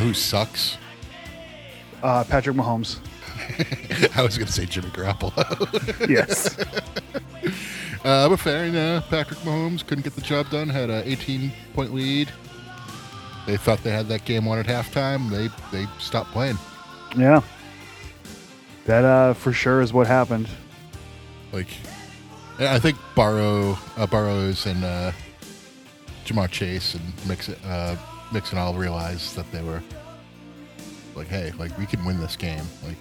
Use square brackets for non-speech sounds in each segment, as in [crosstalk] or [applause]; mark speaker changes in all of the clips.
Speaker 1: who sucks? [laughs]
Speaker 2: Uh, Patrick Mahomes.
Speaker 1: I was going to say Jimmy Garoppolo. [laughs]
Speaker 2: Yes.
Speaker 1: Uh, but fair enough. Patrick Mahomes couldn't get the job done. Had a 18 point lead. They thought they had that game won at halftime. They they stopped playing.
Speaker 2: yeah. That uh, for sure is what happened.
Speaker 1: Like, I think Burrow, uh, Burrows and uh, Jamar Chase and Mix, uh, Mixon all realized that they were like, hey, like we can win this game. Like,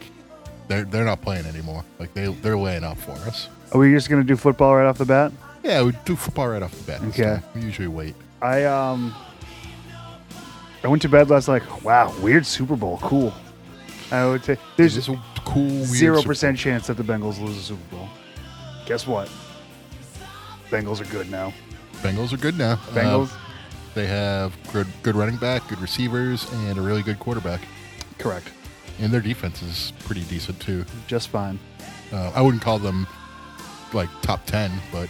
Speaker 1: they're they're not playing anymore. Like they they're laying up for us.
Speaker 2: Are we just gonna do football right off the bat?
Speaker 1: Yeah, we do football right off the bat. this
Speaker 2: Okay.
Speaker 1: time. We usually wait.
Speaker 2: I um I went to bed last night. Like, wow, weird Super Bowl. Cool. I would say
Speaker 1: There's this
Speaker 2: there's
Speaker 1: a cool weird
Speaker 2: zero
Speaker 1: sur-
Speaker 2: percent chance that the Bengals lose the Super Bowl. Guess what? Bengals are good now.
Speaker 1: Bengals are good now.
Speaker 2: Bengals,
Speaker 1: Um, they have good good running back, good receivers, and a really good quarterback.
Speaker 2: correct,
Speaker 1: And their defense is pretty decent too.
Speaker 2: just fine.
Speaker 1: Uh, I wouldn't call them like top ten, but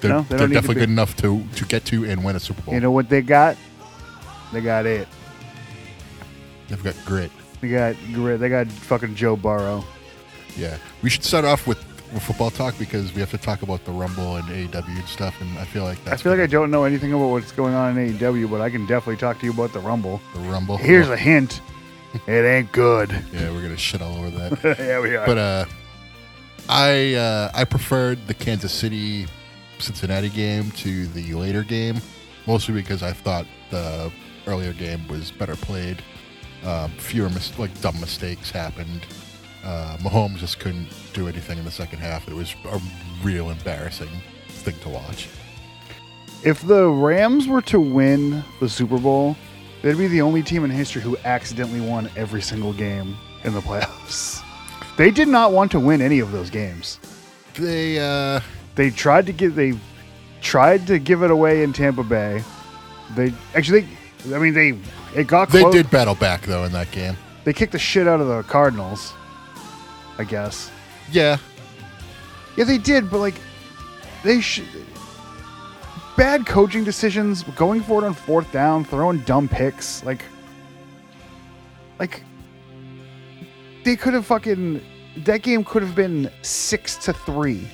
Speaker 1: they're,
Speaker 2: No, they
Speaker 1: they
Speaker 2: don't
Speaker 1: are
Speaker 2: need to
Speaker 1: definitely
Speaker 2: be.
Speaker 1: good enough to to get to and win a Super Bowl.
Speaker 2: You know what they got? They got it.
Speaker 1: They've got grit.
Speaker 2: They got grit. They got fucking Joe Burrow.
Speaker 1: Yeah, we should start off with, with football talk because we have to talk about the Rumble and AEW and stuff. And I feel like
Speaker 2: I
Speaker 1: that's
Speaker 2: feel like I
Speaker 1: gonna-
Speaker 2: don't know anything about what's going on in AEW, but I can definitely talk to you about the Rumble.
Speaker 1: the Rumble.
Speaker 2: Here's
Speaker 1: [laughs]
Speaker 2: a hint. It ain't good. [laughs]
Speaker 1: yeah, we're gonna shit all over that.
Speaker 2: yeah, we are.
Speaker 1: but uh, I uh, I preferred the Kansas City Cincinnati game to the later game, mostly because I thought the earlier game was better played. Um, fewer mis- like dumb mistakes happened. Uh, Mahomes just couldn't do anything in the second half. It was a real embarrassing thing to watch.
Speaker 2: If the Rams were to win the Super Bowl, they'd be the only team in history who accidentally won every single game in the [laughs] playoffs. They did not want to win any of those games.
Speaker 1: They uh,
Speaker 2: They tried to get they tried to give it away in Tampa Bay. They actually they, I mean they it got
Speaker 1: they
Speaker 2: close.
Speaker 1: did battle back though in that game.
Speaker 2: they kicked the shit out of the Cardinals. I guess.
Speaker 1: Yeah,
Speaker 2: Yeah, they did, but like, they should. Bad coaching decisions, going for it on fourth down, throwing dumb picks, like, like they could have fucking that game could have been six to three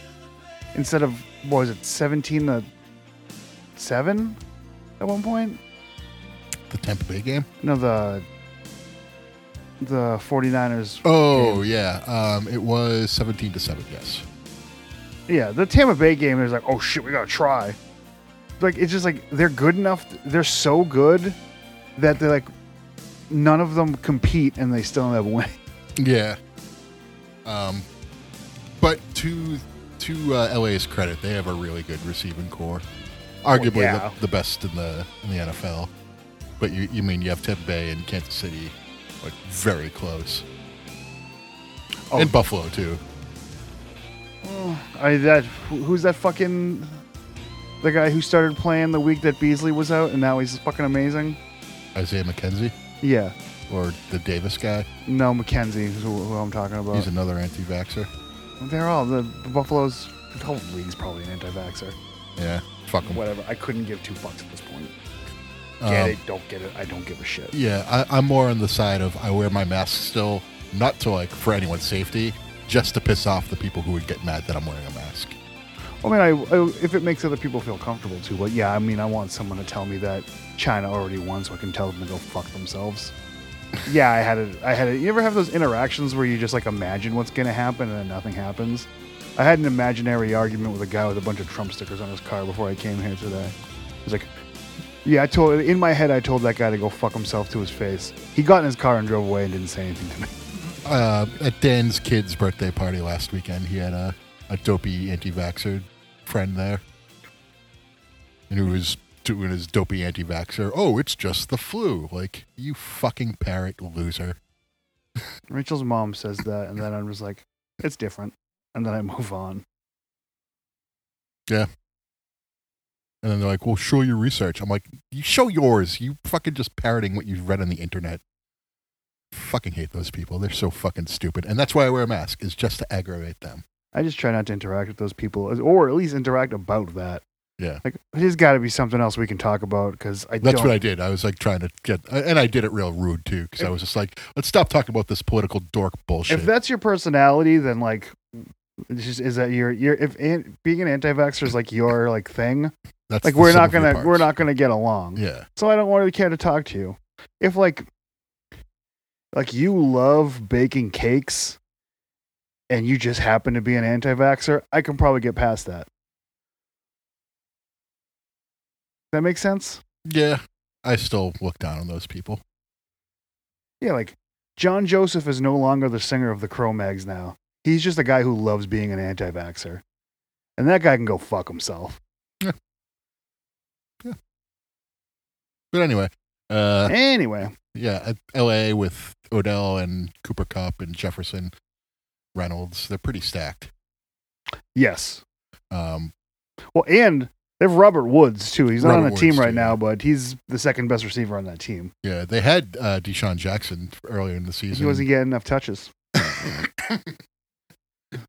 Speaker 2: instead of what was it seventeen to seven at one point.
Speaker 1: the Tampa Bay game.
Speaker 2: No, the the 49ers.
Speaker 1: Oh yeah, um, it was seventeen to seven. Yes.
Speaker 2: Yeah, the Tampa Bay game is like, oh shit, we gotta try. Like it's just like they're good enough. They're so good that they're like none of them compete and they still end up winning. [laughs]
Speaker 1: Yeah. Um, but to to uh, LA's credit, they have a really good receiving core, arguably
Speaker 2: Oh, yeah.
Speaker 1: the, the best in the in the NFL. But you you mean you have Tampa Bay and Kansas City, like very close,
Speaker 2: Oh.
Speaker 1: and Buffalo too.
Speaker 2: I that who- who's that fucking the guy who started playing the week that Beasley was out and now he's fucking amazing.
Speaker 1: Isaiah McKenzie
Speaker 2: Yeah,
Speaker 1: or the Davis guy,
Speaker 2: no McKenzie is who, who I'm talking about.
Speaker 1: he's another anti-vaxer.
Speaker 2: they're all the, the Buffalo's the whole league's probably an anti-vaxer.
Speaker 1: Yeah, fuck him.
Speaker 2: Whatever. I couldn't give two fucks at this point.
Speaker 1: Um,
Speaker 2: Get it? Don't get it? I don't give a shit.
Speaker 1: Yeah, I, I'm more on the side of I wear my mask still, not to like for anyone's safety, just to piss off the people who would get mad that I'm wearing a mask.
Speaker 2: I mean, I, I, if it makes other people feel comfortable too, but yeah, I mean, I want someone to tell me that China already won, so I can tell them to go fuck themselves. yeah, I had it. I had it. You ever have those interactions where you just like imagine what's gonna happen and then nothing happens? I had an imaginary argument with a guy with a bunch of Trump stickers on his car before I came here today. He's like, "Yeah, I told." In my head, I told that guy to go fuck himself to his face. He got in his car and drove away and didn't say anything to me. [laughs]
Speaker 1: uh, at Dan's kid's birthday party last weekend, he had a, a dopey anti-vaxxer friend there, and who was doing his dopey anti-vaxxer. Oh, it's just the flu. Like you fucking parrot loser.
Speaker 2: Rachel's mom says that, and then I'm just like, "It's different," and then I move on.
Speaker 1: And then they're like, "Well, show your research." I'm like, "You show yours. You fucking just parroting what you've read on the internet." Fucking hate those people. They're so fucking stupid, and that's why I wear a mask is just to aggravate them.
Speaker 2: I just try not to interact with those people, or at least interact about that.
Speaker 1: Yeah.
Speaker 2: Like, there's got to be something else we can talk about because I
Speaker 1: That's
Speaker 2: don't.
Speaker 1: what I did. I was like trying to get, and I did it real rude too, because I was just like, let's stop talking about this political dork bullshit.
Speaker 2: if that's your personality, then like, it's just, is that your your if an, being an anti-vaxxer is like your like thing?
Speaker 1: That's
Speaker 2: Like
Speaker 1: the
Speaker 2: we're
Speaker 1: sum
Speaker 2: not
Speaker 1: of your
Speaker 2: gonna
Speaker 1: parts.
Speaker 2: we're not gonna get along.
Speaker 1: Yeah,
Speaker 2: So I don't want to care to talk to you. If like, like you love baking cakes, and you just happen to be an anti-vaxxer, I can probably get past that. That makes sense.
Speaker 1: yeah. I still look down on those people.
Speaker 2: Yeah, like John Joseph is no longer the singer of the Cro-Mags now. He's just a guy who loves being an anti-vaxxer. And that guy can go fuck himself.
Speaker 1: But anyway, uh,
Speaker 2: Anyway,
Speaker 1: yeah, at L.A. with Odell and Cooper Cup and Jefferson, Reynolds. They're pretty stacked.
Speaker 2: yes.
Speaker 1: Um,
Speaker 2: Well, and they have Robert Woods too. He's not on
Speaker 1: Robert
Speaker 2: the team
Speaker 1: Woods,
Speaker 2: right
Speaker 1: too,
Speaker 2: now,
Speaker 1: yeah.
Speaker 2: but he's the second best receiver on that team.
Speaker 1: yeah, they had uh, Deshaun Jackson earlier in the season.
Speaker 2: He wasn't getting enough touches.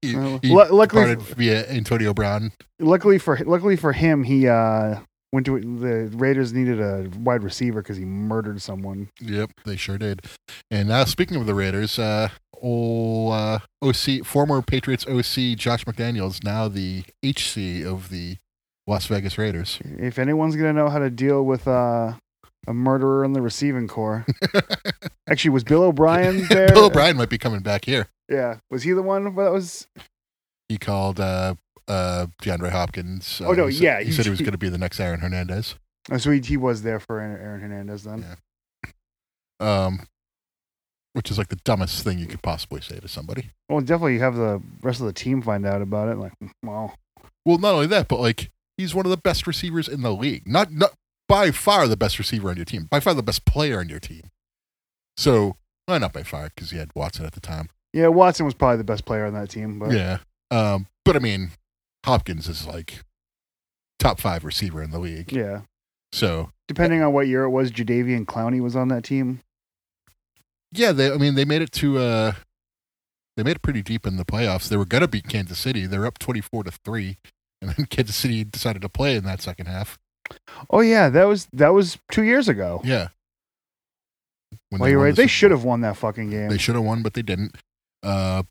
Speaker 1: He-
Speaker 2: Well,
Speaker 1: he
Speaker 2: lu- luckily-
Speaker 1: departed via Antonio Brown.
Speaker 2: Luckily for luckily for him, he uh went to the Raiders needed a wide receiver because he murdered someone.
Speaker 1: Yep, they sure did. And now, speaking of the Raiders, uh, old uh, OC, former Patriots OC Josh McDaniels, now the HC of the Las Vegas Raiders. [laughs]
Speaker 2: If anyone's gonna know how to deal with uh, a murderer in the receiving
Speaker 1: [laughs]
Speaker 2: core, actually, was Bill O'Brien there?
Speaker 1: Bill O'Brien might be coming back here.
Speaker 2: Yeah, was he the one that was?
Speaker 1: He called uh, uh, DeAndre Hopkins. Uh,
Speaker 2: Oh, no,
Speaker 1: he said-
Speaker 2: yeah,
Speaker 1: he,
Speaker 2: he-
Speaker 1: said he was
Speaker 2: he-
Speaker 1: going to be the next Aaron Hernandez.
Speaker 2: Oh, so he, he was there for Aaron- Aaron Hernandez then.
Speaker 1: Yeah. Um, which is like the dumbest thing you could possibly say to somebody.
Speaker 2: Well, definitely have the rest of the team find out about it. Like, wow,
Speaker 1: Well, not only that, but like he's one of the best receivers in the league. Not not by far the best receiver on your team. By far the best player on your team. So, well, not by far because he had Watson at the time.
Speaker 2: yeah, Watson was probably the best player on that team, but
Speaker 1: Yeah. Um, but I mean, Hopkins is like top five receiver in the league.
Speaker 2: yeah.
Speaker 1: So
Speaker 2: Depending on what year it was, Jadavian Clowney was on that team.
Speaker 1: yeah, they I mean they made it to uh they made it pretty deep in the playoffs. They were gonna beat Kansas City. They're up twenty four to three. And then [laughs] Kansas City decided to play in that second half.
Speaker 2: Oh yeah, that was that was two years ago.
Speaker 1: Yeah. When
Speaker 2: well, you're
Speaker 1: won
Speaker 2: right.
Speaker 1: the
Speaker 2: They
Speaker 1: Super
Speaker 2: should have won that fucking game.
Speaker 1: They should have won, but they didn't. Uh,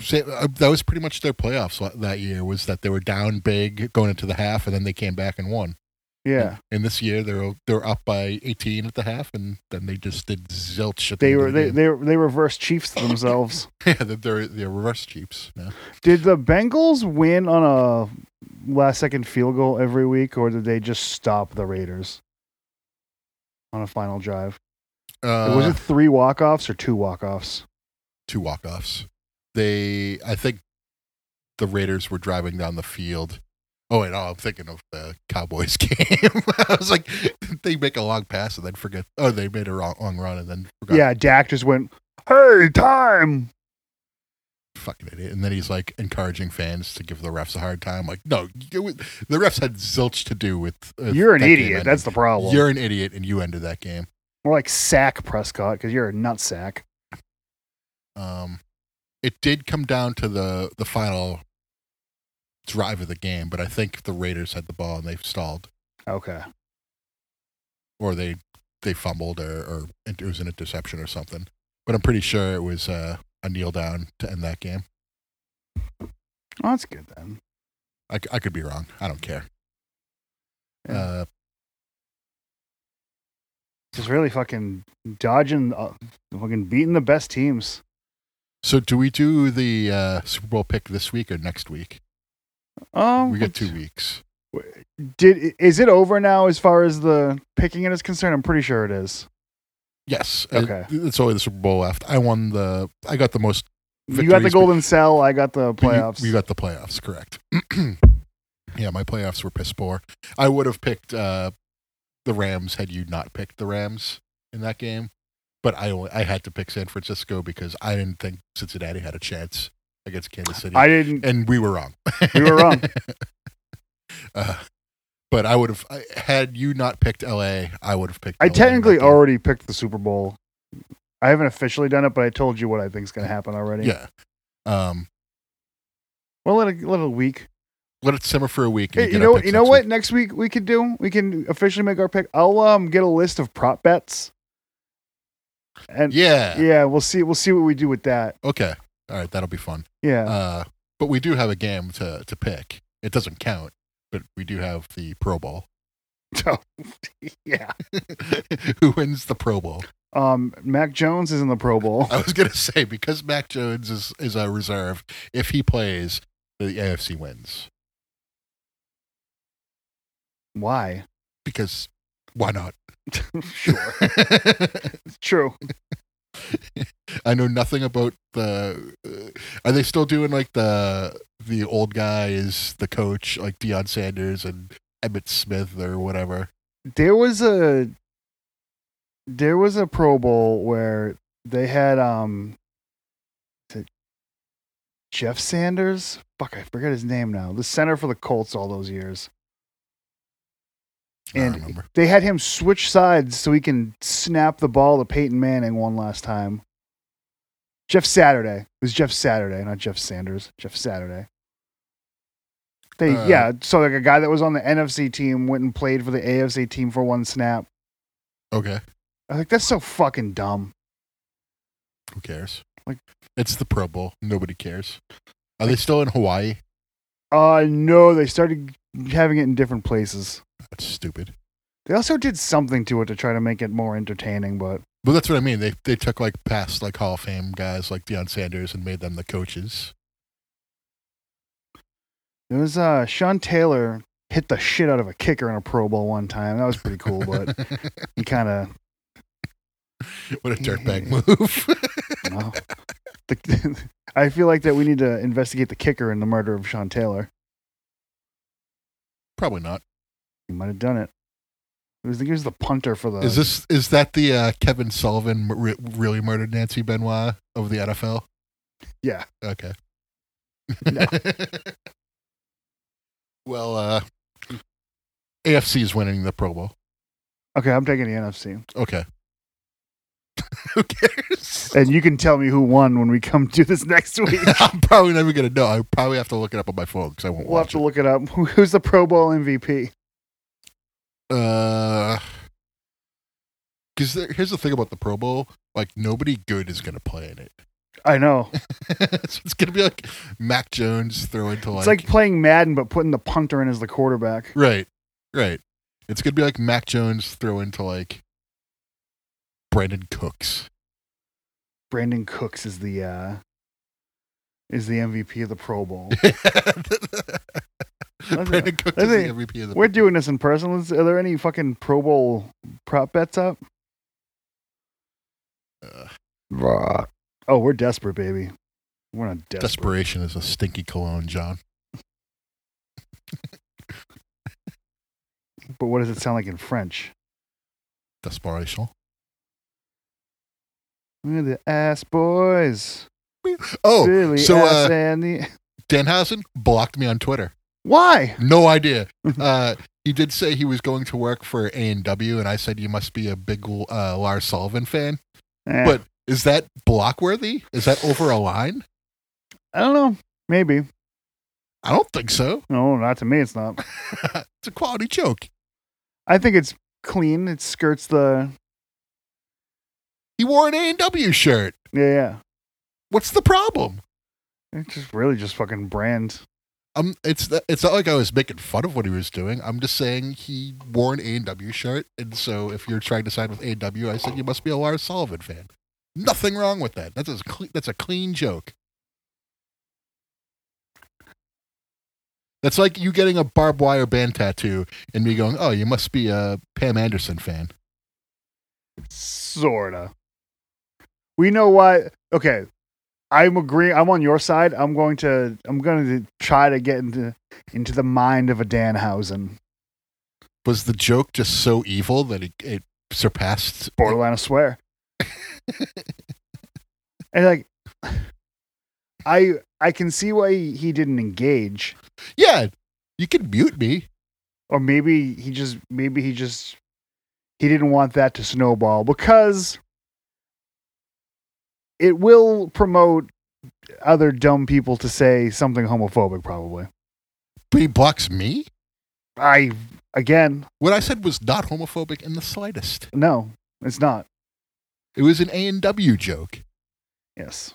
Speaker 1: say, uh, that was pretty much their playoffs la- that year. Was that they were down big going into the half, and then they came back and won.
Speaker 2: yeah,
Speaker 1: And this year they're they're up by 18 at the half, and then they just did zilch. At the
Speaker 2: they
Speaker 1: end of
Speaker 2: were
Speaker 1: the
Speaker 2: they
Speaker 1: game.
Speaker 2: they they reversed Chiefs themselves.
Speaker 1: [laughs] yeah, they're- they're they're reverse Chiefs. now.
Speaker 2: Did the Bengals win on a last second field goal every week, or did they just stop the Raiders on a final drive?
Speaker 1: Uh,
Speaker 2: was it three walk offs or two walk offs?
Speaker 1: two walk offs. They, I think, the Raiders were driving down the field. Oh, and oh, I'm thinking of the Cowboys [laughs] game. I was like, they make a long pass and then forget. Oh, they made a wrong, long run and then forgot.
Speaker 2: Yeah, Dak just went, hey, time.
Speaker 1: fucking idiot. And then he's like encouraging fans to give the refs a hard time. Like, no, you, the refs had zilch to do with. with
Speaker 2: You're an
Speaker 1: that game
Speaker 2: idiot.
Speaker 1: ending.
Speaker 2: That's the problem.
Speaker 1: you're an idiot, and you ended that game.
Speaker 2: More like sack Prescott because you're a nut sack.
Speaker 1: Um, it did come down to the the final drive of the game, but I think the Raiders had the ball and they stalled.
Speaker 2: Okay.
Speaker 1: or they they fumbled or, or it was an interception or something. But I'm pretty sure it was uh, a kneel down to end that game.
Speaker 2: Well, that's good then.
Speaker 1: I, c- I could be wrong. I don't care.
Speaker 2: Yeah.
Speaker 1: Uh,
Speaker 2: Just really fucking dodging, uh, fucking beating the best teams.
Speaker 1: so do we do the uh, Super Bowl pick this week or next week?
Speaker 2: Um,
Speaker 1: we got two weeks.
Speaker 2: Did is it over now as far as the picking it is concerned? I'm pretty sure it is.
Speaker 1: Yes.
Speaker 2: Okay.
Speaker 1: It- it's only the Super Bowl left. I won the. I got the most.
Speaker 2: you got the
Speaker 1: victories,
Speaker 2: golden cell. I got the
Speaker 1: but you-
Speaker 2: playoffs.
Speaker 1: You, got the playoffs correct. [clears throat] yeah, my playoffs were piss poor. I would have picked uh, the Rams had you not picked the Rams in that game, but I only, I had to pick San Francisco because I didn't think Cincinnati had a chance against Kansas City,
Speaker 2: I didn't.
Speaker 1: and we were wrong.
Speaker 2: We were wrong.
Speaker 1: [laughs] uh, but I would have I- had you not picked L.A. I would have picked.
Speaker 2: I
Speaker 1: LA in that
Speaker 2: technically
Speaker 1: game.
Speaker 2: already picked the Super Bowl. I haven't officially done it, but I told you what I think's going to happen already.
Speaker 1: yeah. Um,
Speaker 2: Well, let a little week.
Speaker 1: let it simmer for a week.
Speaker 2: Hey,
Speaker 1: get
Speaker 2: you
Speaker 1: our
Speaker 2: know,
Speaker 1: picks
Speaker 2: you know
Speaker 1: next
Speaker 2: what?
Speaker 1: week.
Speaker 2: Next week we could do. We can officially make our pick. I'll um get a list of prop bets, and
Speaker 1: Yeah.
Speaker 2: yeah, we'll see. We'll see what we do with that.
Speaker 1: Okay. All right. That'll be fun.
Speaker 2: Yeah,
Speaker 1: Uh, but we do have a game to to pick. It doesn't count, but we do have the Pro Bowl. [laughs]
Speaker 2: [laughs] yeah.
Speaker 1: Who wins the Pro Bowl?
Speaker 2: Um, Mac Jones is in the Pro Bowl.
Speaker 1: I was gonna [laughs] say because Mac Jones is is a reserve. If he plays, the AFC wins
Speaker 2: Why?
Speaker 1: because why not?
Speaker 2: [laughs]
Speaker 1: [laughs]
Speaker 2: sure, it's true.
Speaker 1: I know nothing about the. Uh, are they still doing like the the old guy is the coach, like Deion Sanders and Emmett Smith or whatever?
Speaker 2: There was a there was a Pro Bowl where they had um is it Jeff Sanders. Fuck, I forget his name now. The center for the Colts all those years.
Speaker 1: I don't
Speaker 2: And-
Speaker 1: remember.
Speaker 2: They had him switch sides so he can snap the ball to Peyton Manning one last time. Jeff Saturday. It was Jeff Saturday, not Jeff Sanders. Jeff Saturday. They
Speaker 1: Uh,
Speaker 2: yeah, so like a guy that was on the NFC team went and played for the AFC team for one snap.
Speaker 1: Okay,
Speaker 2: I was like, that's so fucking dumb.
Speaker 1: who cares?
Speaker 2: Like-
Speaker 1: it's the Pro Bowl. Nobody cares. Are they still in Hawaii?
Speaker 2: Uh no, they started having it in different places.
Speaker 1: That's stupid.
Speaker 2: They also did something to it to try to make it more entertaining, but
Speaker 1: But that's what I mean. They they took like past like Hall of Fame guys like Deion Sanders and made them the coaches.
Speaker 2: there was uh Sean Taylor hit the shit out of a kicker in a Pro Bowl one time. That was pretty cool, but he kinda
Speaker 1: [laughs] what a
Speaker 2: [laughs]
Speaker 1: dirtbag move. [laughs]
Speaker 2: you know, the, [laughs] I feel like that we need to investigate the kicker in the murder of Sean Taylor.
Speaker 1: Probably not.
Speaker 2: He might have done it. I think he was the punter for the
Speaker 1: Is this is that the uh, Kevin Sullivan m- re- really murdered Nancy Benoit of the NFL?
Speaker 2: Yeah.
Speaker 1: Okay.
Speaker 2: No.
Speaker 1: [laughs] well, uh, AFC is winning the Pro Bowl.
Speaker 2: Okay, I'm taking the NFC.
Speaker 1: Okay. [laughs] Who cares? [laughs]
Speaker 2: And you can tell me who won when we come to this next week.
Speaker 1: I'm probably never gonna know. I probably have to look it up on my phone because I won't
Speaker 2: We'll have
Speaker 1: watch
Speaker 2: to
Speaker 1: it.
Speaker 2: look it up. Who- Who's the Pro Bowl MVP?
Speaker 1: Uh, because here's the thing about the Pro Bowl: like nobody good is gonna play in it. [laughs]
Speaker 2: I know.
Speaker 1: so it's gonna be like Mac Jones throwing to like,
Speaker 2: It's like playing Madden, but putting the punter in as the quarterback.
Speaker 1: right, right. It's gonna be like Mac Jones throwing to like Brandon Cooks. [laughs]
Speaker 2: Brandon Cooks is the uh, is the MVP of the Pro Bowl.
Speaker 1: Brandon Cooks is
Speaker 2: that's
Speaker 1: the
Speaker 2: it.
Speaker 1: MVP of the.
Speaker 2: We're doing this in person. Let's- Are there any fucking Pro Bowl prop bets up?
Speaker 1: Uh,
Speaker 2: Oh, we're desperate, baby. We're not desperate.
Speaker 1: desperation is a stinky cologne, John.
Speaker 2: But what does it sound like in French?
Speaker 1: Desperation.
Speaker 2: We're the ass boys.
Speaker 1: Oh,
Speaker 2: Silly
Speaker 1: so,
Speaker 2: ass
Speaker 1: uh,
Speaker 2: and the-
Speaker 1: Danhausen blocked me on Twitter.
Speaker 2: Why?
Speaker 1: No idea. Uh, he did say he was going to work for A and W, and I said you must be a big uh, Lars Sullivan fan.
Speaker 2: Eh,
Speaker 1: But is that block worthy? Is that over a line?
Speaker 2: I don't know. Maybe.
Speaker 1: I don't think so. [laughs]
Speaker 2: No, not to me. It's not.
Speaker 1: it's a quality joke.
Speaker 2: I think it's clean. It skirts the
Speaker 1: He wore an A and W shirt.
Speaker 2: yeah yeah.
Speaker 1: What's the problem?
Speaker 2: It's just really just fucking brand.
Speaker 1: Um, it's it's not like I was making fun of what he was doing. I'm just saying he wore an A and W shirt, and so if you're trying to sign with A and W, I said you must be a Lars Sullivan fan. Nothing wrong with that. That's a clean, that's a clean joke. That's like you getting a barbed wire band tattoo and me going, "Oh, you must be a Pam Anderson fan."
Speaker 2: Sorta. We know why. Okay, I'm agreeing. I'm on your side. I'm going to. I'm going to try to get into into the mind of a Danhausen.
Speaker 1: was the joke just so evil that it, it surpassed
Speaker 2: Borderline, I swear. and like, I I can see why he, he didn't engage,
Speaker 1: yeah you can mute me
Speaker 2: or maybe he just maybe he just he didn't want that to snowball because it will promote other dumb people to say something homophobic probably
Speaker 1: company blocks me?
Speaker 2: I again,
Speaker 1: What I said was not homophobic in the slightest.
Speaker 2: no, it's not.
Speaker 1: It was an A and W joke.
Speaker 2: Yes.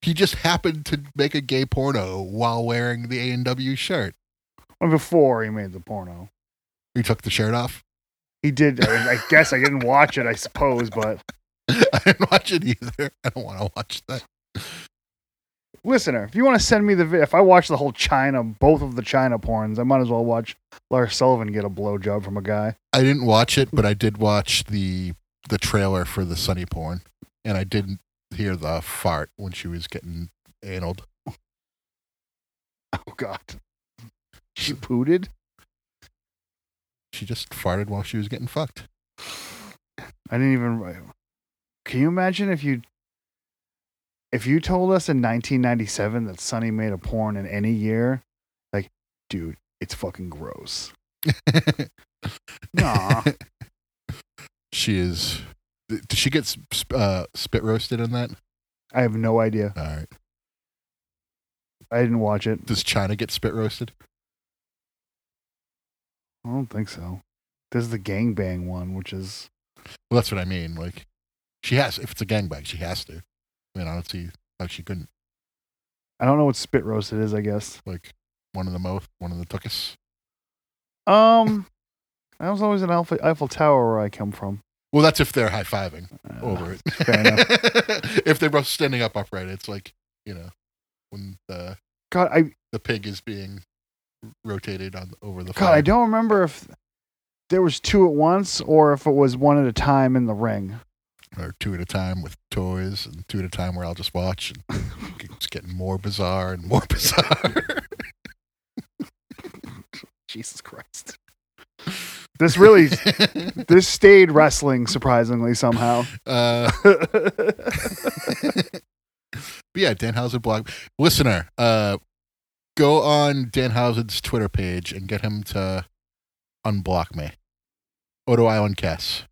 Speaker 1: He just happened to make a gay porno while wearing the A and W shirt.
Speaker 2: Well, before he made the porno,
Speaker 1: He took the shirt off. [laughs]
Speaker 2: he did. I, I guess I didn't watch it. I suppose, but
Speaker 1: I didn't watch it either. I don't want to watch that.
Speaker 2: listener, if you want to send me the video, if I watch the whole China, both of the China porns, I might as well watch Lars Sullivan get a blowjob from a guy.
Speaker 1: I didn't watch it, but I did watch the the trailer for the Sunny porn, and I didn't hear the fart when she was getting analed.
Speaker 2: Oh God, [laughs] she pooted.
Speaker 1: She just farted while she was getting fucked. [laughs]
Speaker 2: I didn't even. Can you imagine if you if you told us in 1997 that Sonny made a porn in any year? Like, dude, it's fucking gross. Nah,
Speaker 1: she is. Did she get sp- uh, spit roasted in that?
Speaker 2: I have no idea.
Speaker 1: All right.
Speaker 2: I didn't watch it.
Speaker 1: Does China get spit roasted?
Speaker 2: I don't think so. There's the gangbang one, which is
Speaker 1: Well, that's what I mean. Like, she has. If it's a gangbang, she has to. I mean, I don't see how she couldn't.
Speaker 2: I don't know what spit roasted is. I guess.
Speaker 1: Like, one in the mouth, one in the tuchus.
Speaker 2: Um, I was always an Eiffel, Eiffel Tower where I come from.
Speaker 1: Well, that's if they're high fiving
Speaker 2: Uh,
Speaker 1: over it.
Speaker 2: Fair enough.
Speaker 1: [laughs] if they're both standing up upright, it's like you know when the
Speaker 2: God, I
Speaker 1: the pig is being rotated on over the.
Speaker 2: God, I don't remember if there was two at once or if it was one at a time in the ring.
Speaker 1: or two at a time with toys, and two at a time where I'll just watch. And [laughs] it's getting more bizarre and more [laughs] bizarre.
Speaker 2: Jesus Christ.
Speaker 1: [laughs]
Speaker 2: This really this stayed wrestling surprisingly somehow.
Speaker 1: uh, [laughs] but yeah, Danhausen blog listener, uh, go on Danhausen's Twitter page and get him to unblock me. Odo Island Cass.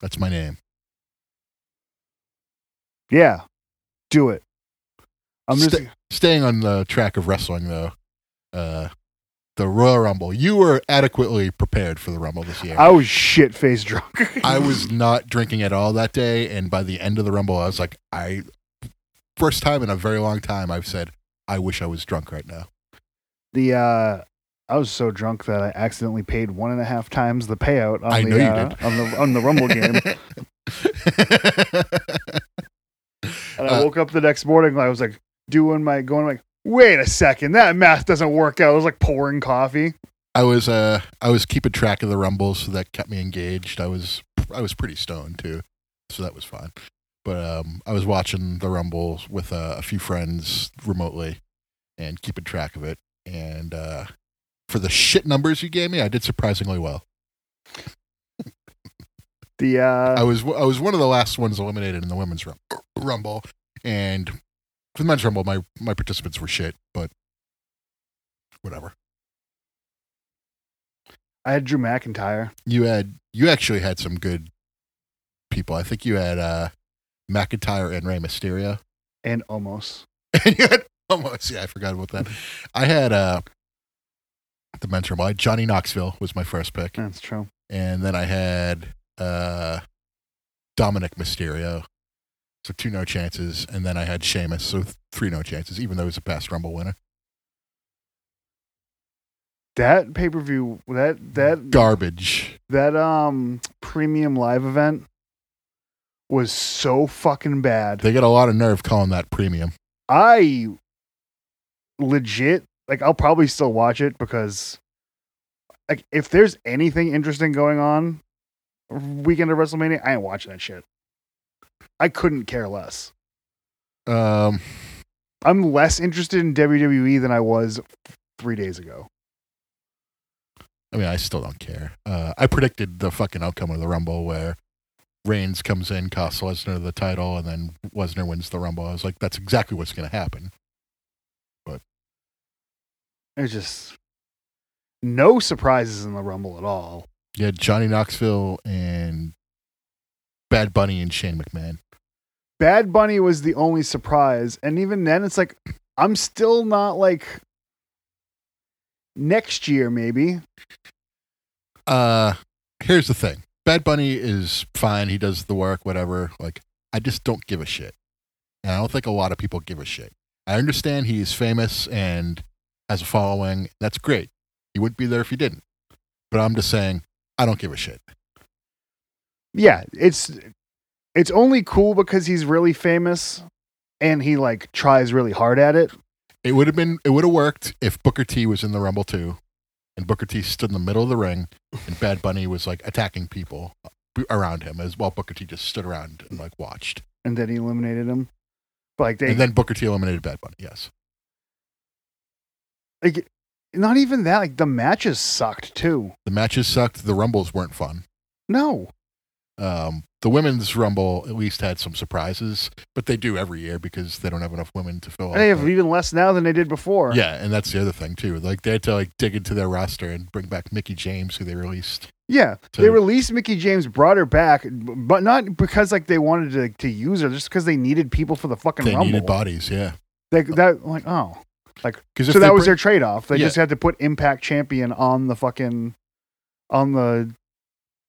Speaker 1: That's my name.
Speaker 2: yeah. Do it. I'm just
Speaker 1: Sta- staying on the track of wrestling though. Uh, the Royal Rumble. You were adequately prepared for the Rumble this year.
Speaker 2: I was shit faced drunk.
Speaker 1: I was not drinking at all that day, and by the end of the rumble, I was like, I first time in a very long time, I've said, I wish I was drunk right now.
Speaker 2: the uh I was so drunk that I accidentally paid one and a half times the payout on
Speaker 1: I
Speaker 2: the
Speaker 1: know you
Speaker 2: uh,
Speaker 1: did.
Speaker 2: on the on the
Speaker 1: [laughs]
Speaker 2: Rumble [laughs] game. And I
Speaker 1: Uh,
Speaker 2: woke up the next morning and I was like doing my going like, wait a second, that math doesn't work out. I was like pouring coffee.
Speaker 1: I was uh, I was keeping track of the rumbles, so that kept me engaged. I was I was pretty stoned too, so that was fine. But um, I was watching the rumble with uh, a few friends remotely and keeping track of it. And uh, for the shit numbers you gave me, I did surprisingly well.
Speaker 2: The
Speaker 1: I
Speaker 2: uh
Speaker 1: was I was one of the last ones eliminated in the women's rum- rumble, and for the men's rumble, my my participants were shit, but whatever.
Speaker 2: I had Drew McIntyre.
Speaker 1: You had you actually had some good people. I think you had uh, McIntyre and Rey Mysterio, [laughs]
Speaker 2: And almost.
Speaker 1: and you had almost yeah, I forgot about that. I had uh, the men's rumble. I had Johnny Knoxville was my first pick,
Speaker 2: That's true.
Speaker 1: and then I had uh, Dominic Mysterio, so two no chances, and then I had Sheamus, so th- three no chances, even though he's a past Rumble winner.
Speaker 2: That pay per view that that
Speaker 1: Garbage.
Speaker 2: that um premium live event was so fucking bad.
Speaker 1: They get a lot of nerve calling that premium.
Speaker 2: I legit like I'll probably still watch it because like if there's anything interesting going on weekend of WrestleMania, I ain't watching that shit. I couldn't care less.
Speaker 1: Um,
Speaker 2: I'm less interested in WWE than I was three days ago.
Speaker 1: I mean, I still don't care. Uh, I predicted the fucking outcome of the Rumble where Reigns comes in, costs Lesnar the title, and then Lesnar wins the Rumble. I was like, that's exactly what's going to happen.
Speaker 2: There's just no surprises in the Rumble at all.
Speaker 1: You had Johnny Knoxville and Bad Bunny and Shane McMahon.
Speaker 2: Bad Bunny was the only surprise, and even then, it's like I'm still not like next year maybe.
Speaker 1: Uh, here's the thing. Bad Bunny is fine. He does the work, whatever. Like, I just don't give a shit. And I don't think a lot of people give a shit. I understand he's famous and has a following. That's great. He wouldn't be there if he didn't. But I'm just saying, I don't give a shit.
Speaker 2: Yeah, it's it's only cool because he's really famous and he like tries really hard at it.
Speaker 1: It would have been it would have worked if Booker T was in the Rumble too, and Booker T stood in the middle of the ring, and Bad Bunny was like attacking people around him as well. Booker T just stood around and like watched,
Speaker 2: And then he eliminated him. Like they
Speaker 1: and then Booker T eliminated Bad Bunny. Yes,
Speaker 2: like not even that, like the matches sucked too.
Speaker 1: the matches sucked. The Rumbles weren't fun.
Speaker 2: No.
Speaker 1: Um, the women's Rumble at least had some surprises, but they do every year because they don't have enough women to fill.
Speaker 2: And they
Speaker 1: out
Speaker 2: have
Speaker 1: the-
Speaker 2: even less now than they did before.
Speaker 1: Oh, yeah, and that's the other thing too. Like they had to like dig into their roster and bring back Mickey James, who they released.
Speaker 2: Yeah,
Speaker 1: So-
Speaker 2: they released Mickey James, brought her back, b- but not because like they wanted to to use her, just because they needed people for the fucking
Speaker 1: They
Speaker 2: rumble.
Speaker 1: needed bodies, yeah.
Speaker 2: Like that, like oh,
Speaker 1: Because
Speaker 2: so that was their trade off. They
Speaker 1: Yeah.
Speaker 2: just had to put Impact Champion on the fucking on the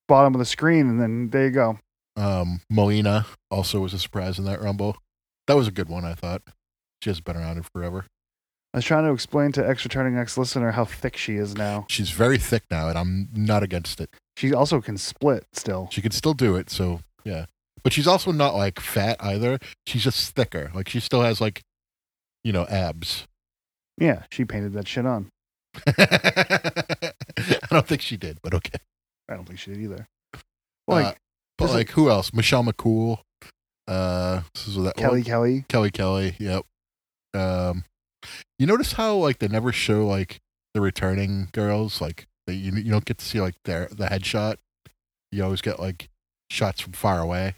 Speaker 2: bottom of the screen, and then there you go.
Speaker 1: Um, Molina also was a surprise in that Rumble. That was a good one, I thought. She has been around it forever.
Speaker 2: I was trying to explain to ex returning ex listener how thick she is now.
Speaker 1: She's very thick now, and I'm not against it.
Speaker 2: She also can split still.
Speaker 1: She can still do it, so yeah. But she's also not like fat either. She's just thicker. Like she still has like, you know, abs. [laughs]
Speaker 2: Yeah, she painted that shit on.
Speaker 1: I don't think she did, but okay.
Speaker 2: I don't think she did either.
Speaker 1: Uh,
Speaker 2: Like
Speaker 1: But
Speaker 2: Is it-
Speaker 1: like, who else? Michelle McCool. Uh, this is that
Speaker 2: Kelly Kelly.
Speaker 1: Kelly Kelly. Yep. Um, you notice how like they never show like the returning girls. Like they, you you don't get to see like their the headshot. You always get like shots from far away.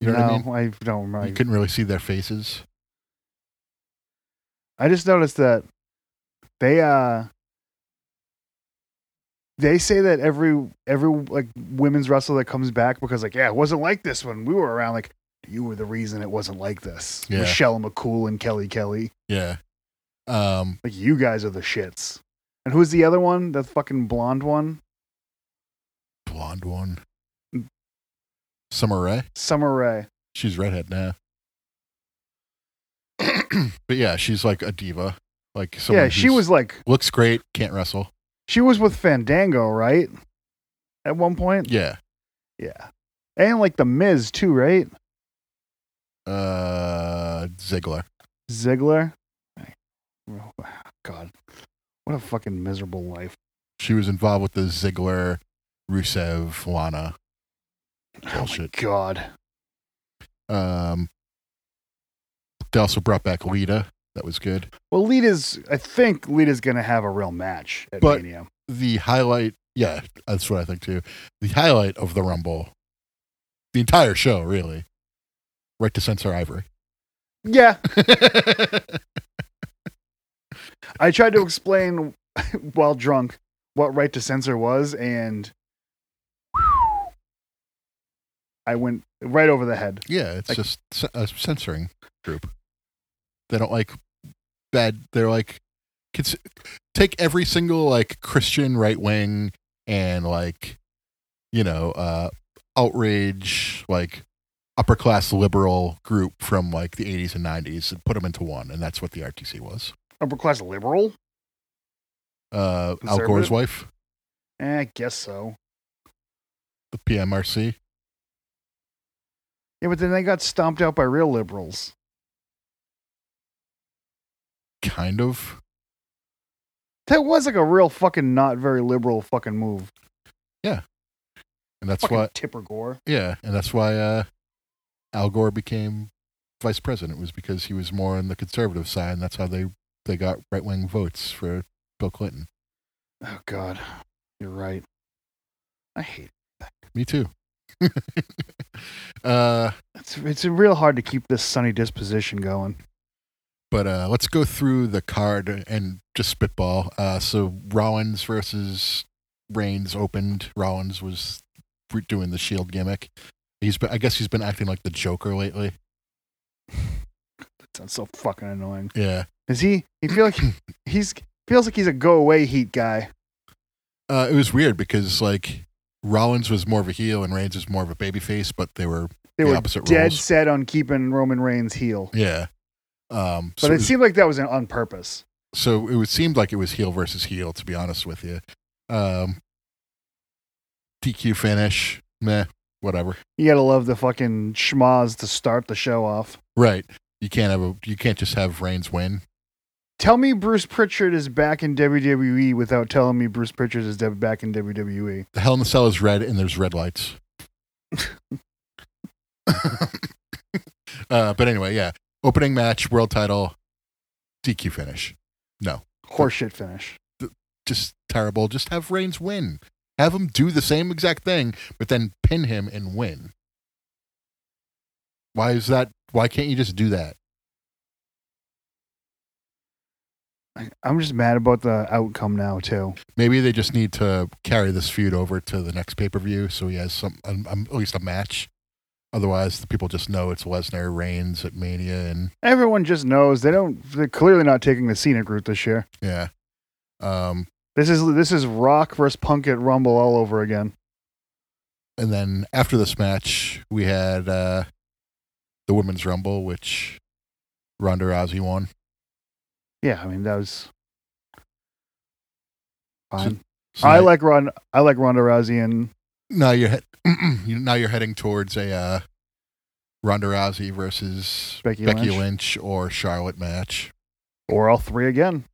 Speaker 1: You know
Speaker 2: no,
Speaker 1: what I mean?
Speaker 2: don't remember.
Speaker 1: You couldn't really see their faces.
Speaker 2: I just noticed that they uh they say that every every like women's wrestler that comes back because like yeah it wasn't like this when we were around like you were the reason it wasn't like this
Speaker 1: Yeah.
Speaker 2: Michelle McCool and Kelly Kelly
Speaker 1: Yeah. Um.
Speaker 2: like you guys are the shits and who's the other one that fucking blonde one
Speaker 1: Blonde one. Summer Rae.
Speaker 2: Summer Rae
Speaker 1: She's redhead now. [clears throat] but yeah, she's like a diva. Like someone
Speaker 2: yeah she
Speaker 1: who's-
Speaker 2: was like
Speaker 1: looks great, can't wrestle.
Speaker 2: she was with Fandango right at one point
Speaker 1: Yeah.
Speaker 2: yeah and like the Miz too right
Speaker 1: Uh, Ziggler.
Speaker 2: Ziggler. Oh, God, what a fucking miserable life. Oh,
Speaker 1: She was involved with the Ziggler, Rusev, Lana. Bullshit.
Speaker 2: Oh my God.
Speaker 1: Um, they also brought back Lita. That was good.
Speaker 2: Well, Lita's. I think Lita's gonna have a real match at
Speaker 1: But-
Speaker 2: Mania.
Speaker 1: The highlight, yeah, that's what I think too. The highlight of the Rumble, the entire show, really, right to Censor Ivory. [laughs]
Speaker 2: Yeah, I tried to explain [laughs] while drunk what right to censor was, and I went right over the head.
Speaker 1: yeah, it's
Speaker 2: Like-
Speaker 1: just c- a censoring group. They don't like bad. They're like, cons- take every single like Christian right wing and like, you know, uh, outrage like upper class liberal group from like the 80s and 90s and put them into one, and that's what the RTC was.
Speaker 2: Upper class liberal?
Speaker 1: Uh, Al
Speaker 2: Conservative?
Speaker 1: Gore's wife,
Speaker 2: Eh, I guess so.
Speaker 1: the PMRC.
Speaker 2: Yeah, but then they got stomped out by real liberals.
Speaker 1: Kind of.
Speaker 2: That was like a real fucking not very liberal fucking move.
Speaker 1: And that's
Speaker 2: fucking
Speaker 1: why
Speaker 2: Tipper Gore.
Speaker 1: Yeah, and that's why uh, Al Gore became vice president was because he was more on the conservative side, and that's how they they got right wing votes for Bill Clinton.
Speaker 2: Oh God, you're right. I hate it.
Speaker 1: Me too. [laughs] uh,
Speaker 2: It's it's real hard to keep this sunny disposition going.
Speaker 1: but uh, let's go through the card and just spitball. Uh, so Rollins versus Reigns opened. Rollins was re- doing the Shield gimmick. He's been, I guess he's been acting like the Joker lately.
Speaker 2: That sounds so fucking annoying.
Speaker 1: Yeah. [laughs]
Speaker 2: Is he? You feel like he's Feels like he's a go away Heat guy.
Speaker 1: Uh, it was weird because like Rollins was more of a heel and Reigns was more of a babyface, but they were
Speaker 2: They
Speaker 1: The
Speaker 2: were
Speaker 1: opposite
Speaker 2: dead
Speaker 1: roles.
Speaker 2: set on keeping Roman Reigns heel,
Speaker 1: yeah. Um,
Speaker 2: but
Speaker 1: so, it
Speaker 2: it
Speaker 1: was-
Speaker 2: seemed like that was an- on purpose.
Speaker 1: so it would seemed like it was heel versus heel. To be honest with you, um, DQ finish, meh, whatever.
Speaker 2: You gotta love the fucking schmaz to start the show off.
Speaker 1: Right. You can't have a. You can't just have Reigns win.
Speaker 2: Tell me Bruce Pritchard is back in WWE without telling me Bruce Pritchard is de- back in E. WWE.
Speaker 1: The Hell in the Cell is red, and there's red
Speaker 2: [laughs]
Speaker 1: lights. uh, but anyway, yeah. Opening match, world title, DQ finish.
Speaker 2: Horseshit finish.
Speaker 1: Just terrible. Just have Reigns win. Have him do the same exact thing, but then pin him and win. Why is that? Why can't you just do that?
Speaker 2: I- I'm just mad about the outcome now too.
Speaker 1: Maybe they just need to carry this feud over to the next pay per view, so he has some, um, um, at least a match. Otherwise, the people just know it's Lesnar, Reigns at Mania, and
Speaker 2: Everyone just knows they don't. They're clearly not taking the scenic route this year.
Speaker 1: Yeah. Um,
Speaker 2: This is this is Rock versus Punk at Rumble all over again.
Speaker 1: and then after this match, we had uh, the Women's Rumble, which Ronda Rousey won.
Speaker 2: Yeah, I mean that was fine.
Speaker 1: So
Speaker 2: I
Speaker 1: now-
Speaker 2: like Ron. I like Ronda Rousey and
Speaker 1: now you're he- you- now you're heading towards a uh, Ronda Rousey versus
Speaker 2: Becky,
Speaker 1: Becky
Speaker 2: Lynch,
Speaker 1: Lynch or Charlotte match,
Speaker 2: or all three again.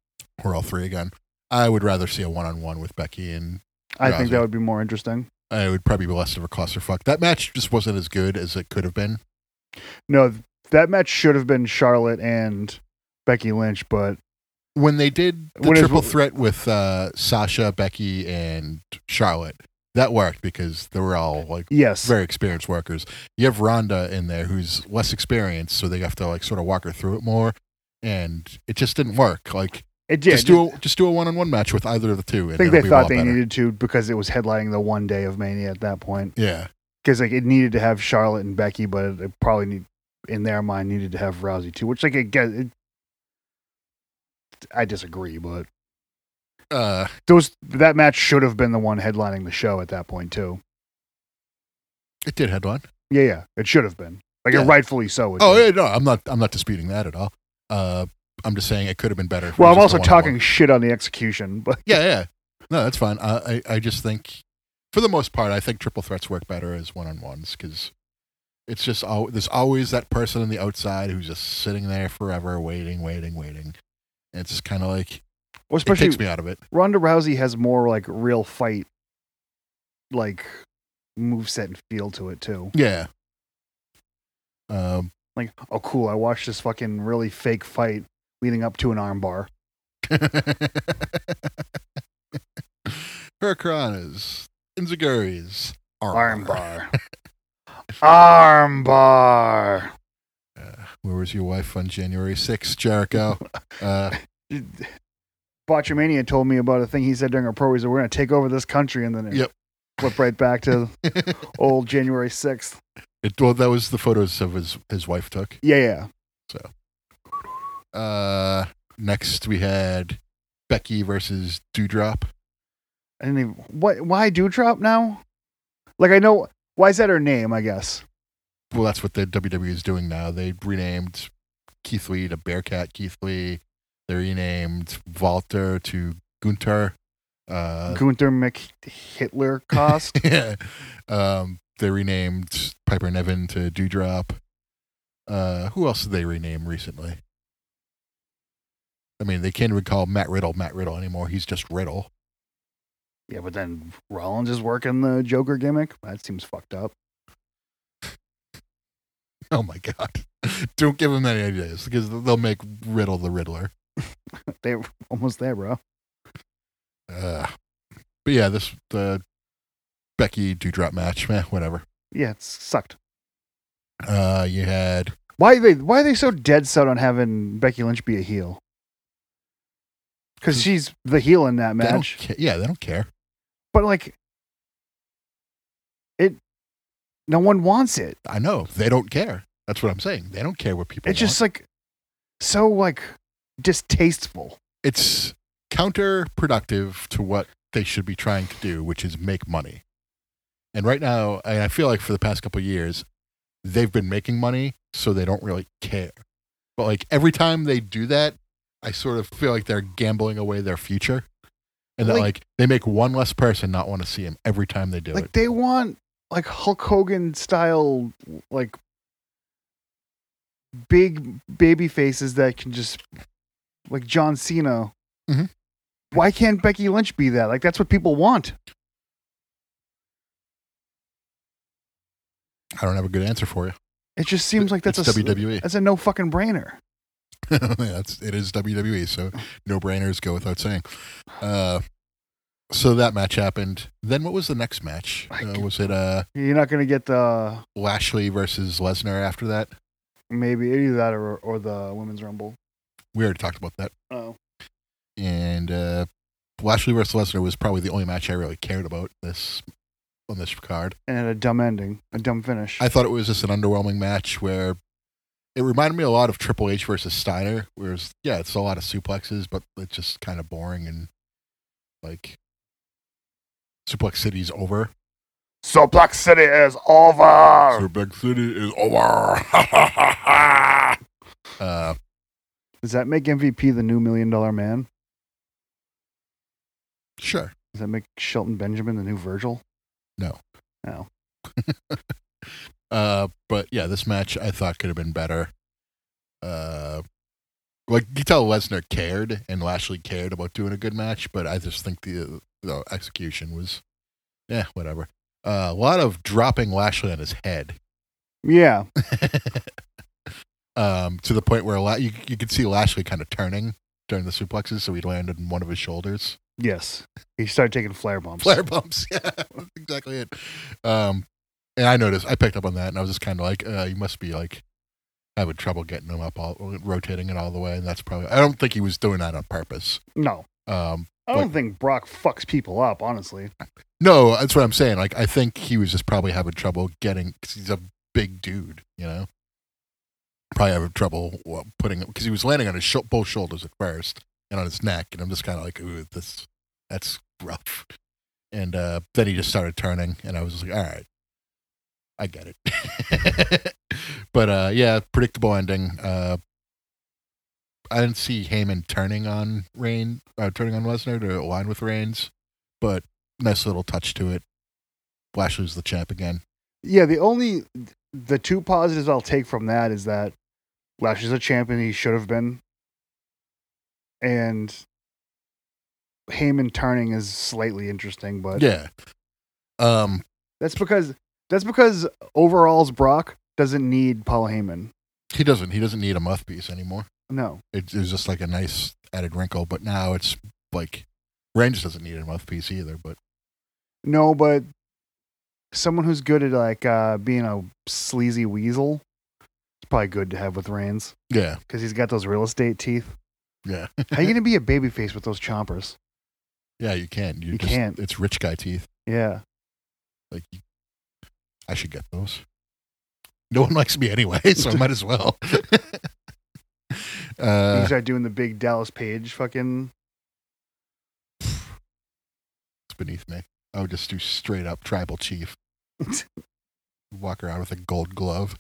Speaker 1: or all three again. I would rather see a one-on-one with Becky, and
Speaker 2: I think
Speaker 1: Rousey.
Speaker 2: that would be more interesting.
Speaker 1: I would probably be less of a clusterfuck. That match just wasn't as good as it could have been.
Speaker 2: No, that match should have been Charlotte and Becky Lynch, but
Speaker 1: when they did the
Speaker 2: When is-
Speaker 1: triple threat with uh, Sasha, Becky, and Charlotte, that worked because they were all like
Speaker 2: yes,
Speaker 1: very experienced workers. You have Rhonda in there who's less experienced, so they have to like sort of walk her through it more, and it just didn't work. Like
Speaker 2: it did.
Speaker 1: just do a, just do a one on one match with either of the two. And
Speaker 2: I think
Speaker 1: it'll
Speaker 2: they
Speaker 1: be a
Speaker 2: thought
Speaker 1: lot
Speaker 2: they
Speaker 1: better.
Speaker 2: needed to because it was headlining the one day of Mania at that point.
Speaker 1: Yeah,
Speaker 2: because like it needed to have Charlotte and Becky, but it, it probably need in their mind needed to have Rousey too, which like it, get- it I disagree, but
Speaker 1: uh,
Speaker 2: those that match should have been the one headlining the show at that point too.
Speaker 1: it did headline.
Speaker 2: Yeah, yeah, it should have been like
Speaker 1: Yeah.
Speaker 2: it rightfully so. It
Speaker 1: Oh
Speaker 2: did.
Speaker 1: yeah, no, I'm not I'm not disputing that at all. Uh, I'm just saying it could have been better. if it
Speaker 2: well,
Speaker 1: was
Speaker 2: I'm
Speaker 1: just a
Speaker 2: also
Speaker 1: one-on-one.
Speaker 2: talking shit on the execution, [laughs] but
Speaker 1: Yeah, yeah. No, that's fine. Uh, I, I, I just think, for the most part, I think triple threats work better as one on ones because it's just al- there's always that person on the outside who's just sitting there forever, waiting, waiting, waiting. And it's just kind of like
Speaker 2: well,
Speaker 1: it takes
Speaker 2: especially
Speaker 1: me out of it.
Speaker 2: Ronda Rousey has more like real fight, like move set and feel to it too.
Speaker 1: Yeah. Um. [laughs]
Speaker 2: Like, oh cool, I watched this fucking really fake fight leading up to an armbar.
Speaker 1: Hurricanes, Inziguris,
Speaker 2: Armbar. Ah. Armbar.
Speaker 1: Where was your wife on January 6th, Jericho? uh, [laughs]
Speaker 2: Botchamania told me about a thing he said during our pro. He's like, we're going to take over this country. And then it
Speaker 1: Yep.
Speaker 2: flip right back to old January 6th.
Speaker 1: it, well, that was the photos of his his wife took.
Speaker 2: Yeah, yeah.
Speaker 1: Uh, next we had Becky versus Dewdrop.
Speaker 2: I didn't even, what, why Dewdrop now? Like, I know, why is that her name, I guess?
Speaker 1: Well, that's what the WWE is doing now. They renamed Keith Lee to Bearcat Keith Lee. They renamed Walter to Gunter. Uh, [laughs]
Speaker 2: Gunther McHitler cost?
Speaker 1: yeah. Um, they renamed Piper Nevin to Dewdrop. Uh, who else did they rename recently? I mean, they can't even call Matt Riddle Matt Riddle anymore. He's just Riddle.
Speaker 2: yeah, but then Rollins is working the Joker gimmick. That seems fucked up. [laughs]
Speaker 1: [laughs] Oh my god! Don't give him any ideas because they'll make Riddle the Riddler.
Speaker 2: They're almost there, bro.
Speaker 1: Uh, but yeah, this the Becky Dewdrop match, man, whatever.
Speaker 2: Yeah, it sucked.
Speaker 1: Uh, you had
Speaker 2: Why they why are they so dead set on having Becky Lynch be a heel? Because she's the heel in that
Speaker 1: they don't
Speaker 2: match.
Speaker 1: ca- yeah, they don't care.
Speaker 2: But like it no one wants it.
Speaker 1: I know they don't care. That's what I'm saying. They don't care what people.
Speaker 2: It's just like so like distasteful.
Speaker 1: it's counterproductive to what they should be trying to do, which is make money. And right now, and I feel like for the past couple of years, they've been making money, so they don't really care. But like every time they do that, I sort of feel like they're gambling away their future, and that
Speaker 2: Like-
Speaker 1: like they make one less person not want to see him every time they do
Speaker 2: like
Speaker 1: it.
Speaker 2: they want like Hulk Hogan style like big baby faces that can just like John Cena.
Speaker 1: Mhm.
Speaker 2: Why can't Becky Lynch be that? Like that's what people want.
Speaker 1: I don't have a good answer for you.
Speaker 2: It just seems like that's
Speaker 1: It's E.
Speaker 2: a
Speaker 1: WWE.
Speaker 2: That's a no fucking brainer.
Speaker 1: [laughs] Yeah, That's it is WWE, so no brainers go without saying. Uh, so that match happened. Then what was the next match?
Speaker 2: I
Speaker 1: Uh,
Speaker 2: can-
Speaker 1: was it uh,
Speaker 2: You're not gonna get the
Speaker 1: Lashley versus Lesnar after that?
Speaker 2: maybe either that or or the women's rumble.
Speaker 1: We already talked about that.
Speaker 2: Oh,
Speaker 1: And uh, Lashley versus Lesnar was probably the only match I really cared about this on this card.
Speaker 2: and it had a dumb ending, a dumb finish.
Speaker 1: I thought it was just an underwhelming match where it reminded me a lot of Triple H versus Steiner, whereas yeah, it's a lot of suplexes, but it's just kind of boring and like Suplex City's over.
Speaker 2: so Black City is over.
Speaker 1: Suplex City is [laughs]
Speaker 2: [laughs]
Speaker 1: over. uh,
Speaker 2: Does that make MVP the new million dollar man?
Speaker 1: sure.
Speaker 2: Does that make Shelton Benjamin the new Virgil?
Speaker 1: Uh, but yeah, this match I thought could have been better. Uh, like you tell Lesnar cared and Lashley cared about doing a good match, but I just think the the execution was, yeah, whatever. Uh, a lot of dropping Lashley on his head, [laughs]
Speaker 2: Yeah,
Speaker 1: um, to the point where a lot you you could see Lashley kind of turning during the suplexes, so he landed on one of his shoulders.
Speaker 2: yes. He started taking flare bumps.
Speaker 1: Flare bumps. [laughs] Yeah, that's exactly it. Um, and I noticed, I picked up on that, and I was just kind of like, uh, you must be like having trouble getting him up, all rotating it all the way. And that's probably, I don't think he was doing that on purpose.
Speaker 2: No,
Speaker 1: Um,
Speaker 2: I don't think Brock fucks people up. Honestly,
Speaker 1: no, that's what I'm saying. Like, I think he was just probably having trouble getting, because he's a big dude, you know? Probably having trouble well, putting because he was landing on his sho both shoulders at first and on his neck. And I'm just kind of like, ooh, this, that's rough. And uh, then he just started turning, and I was just like, all right, I get it. [laughs] but uh, yeah, predictable ending. Uh, I didn't see Heyman turning on Rain, uh, turning on Lesnar to align with Reigns, but nice little touch to it. Lashley's the champ again.
Speaker 2: yeah. The only the two positives I'll take from that is that Lashley's a champion. He should have been, and Heyman turning is slightly interesting, but
Speaker 1: Yeah. Um,
Speaker 2: that's because that's because overalls Brock doesn't need Paul Heyman.
Speaker 1: he doesn't. He doesn't need a mouthpiece anymore.
Speaker 2: No,
Speaker 1: It, it was just like a nice added wrinkle. But now it's like Reigns doesn't need a mouthpiece either. But
Speaker 2: no, but someone who's good at like uh, being a sleazy weasel, it's probably good to have with Reigns.
Speaker 1: yeah,
Speaker 2: because he's got those real estate teeth.
Speaker 1: yeah,
Speaker 2: How you gonna be a babyface with those chompers?
Speaker 1: yeah. You can't. You,
Speaker 2: You
Speaker 1: just-
Speaker 2: can't.
Speaker 1: It's rich guy teeth.
Speaker 2: Yeah,
Speaker 1: Like, you- I should get those. No one [laughs] likes me anyway, so I might as well. [laughs]
Speaker 2: you
Speaker 1: uh,
Speaker 2: start doing the big Dallas Page fucking. [laughs]
Speaker 1: it's beneath me. I would just do straight up tribal
Speaker 2: [laughs]
Speaker 1: chief. Walk around with a gold glove.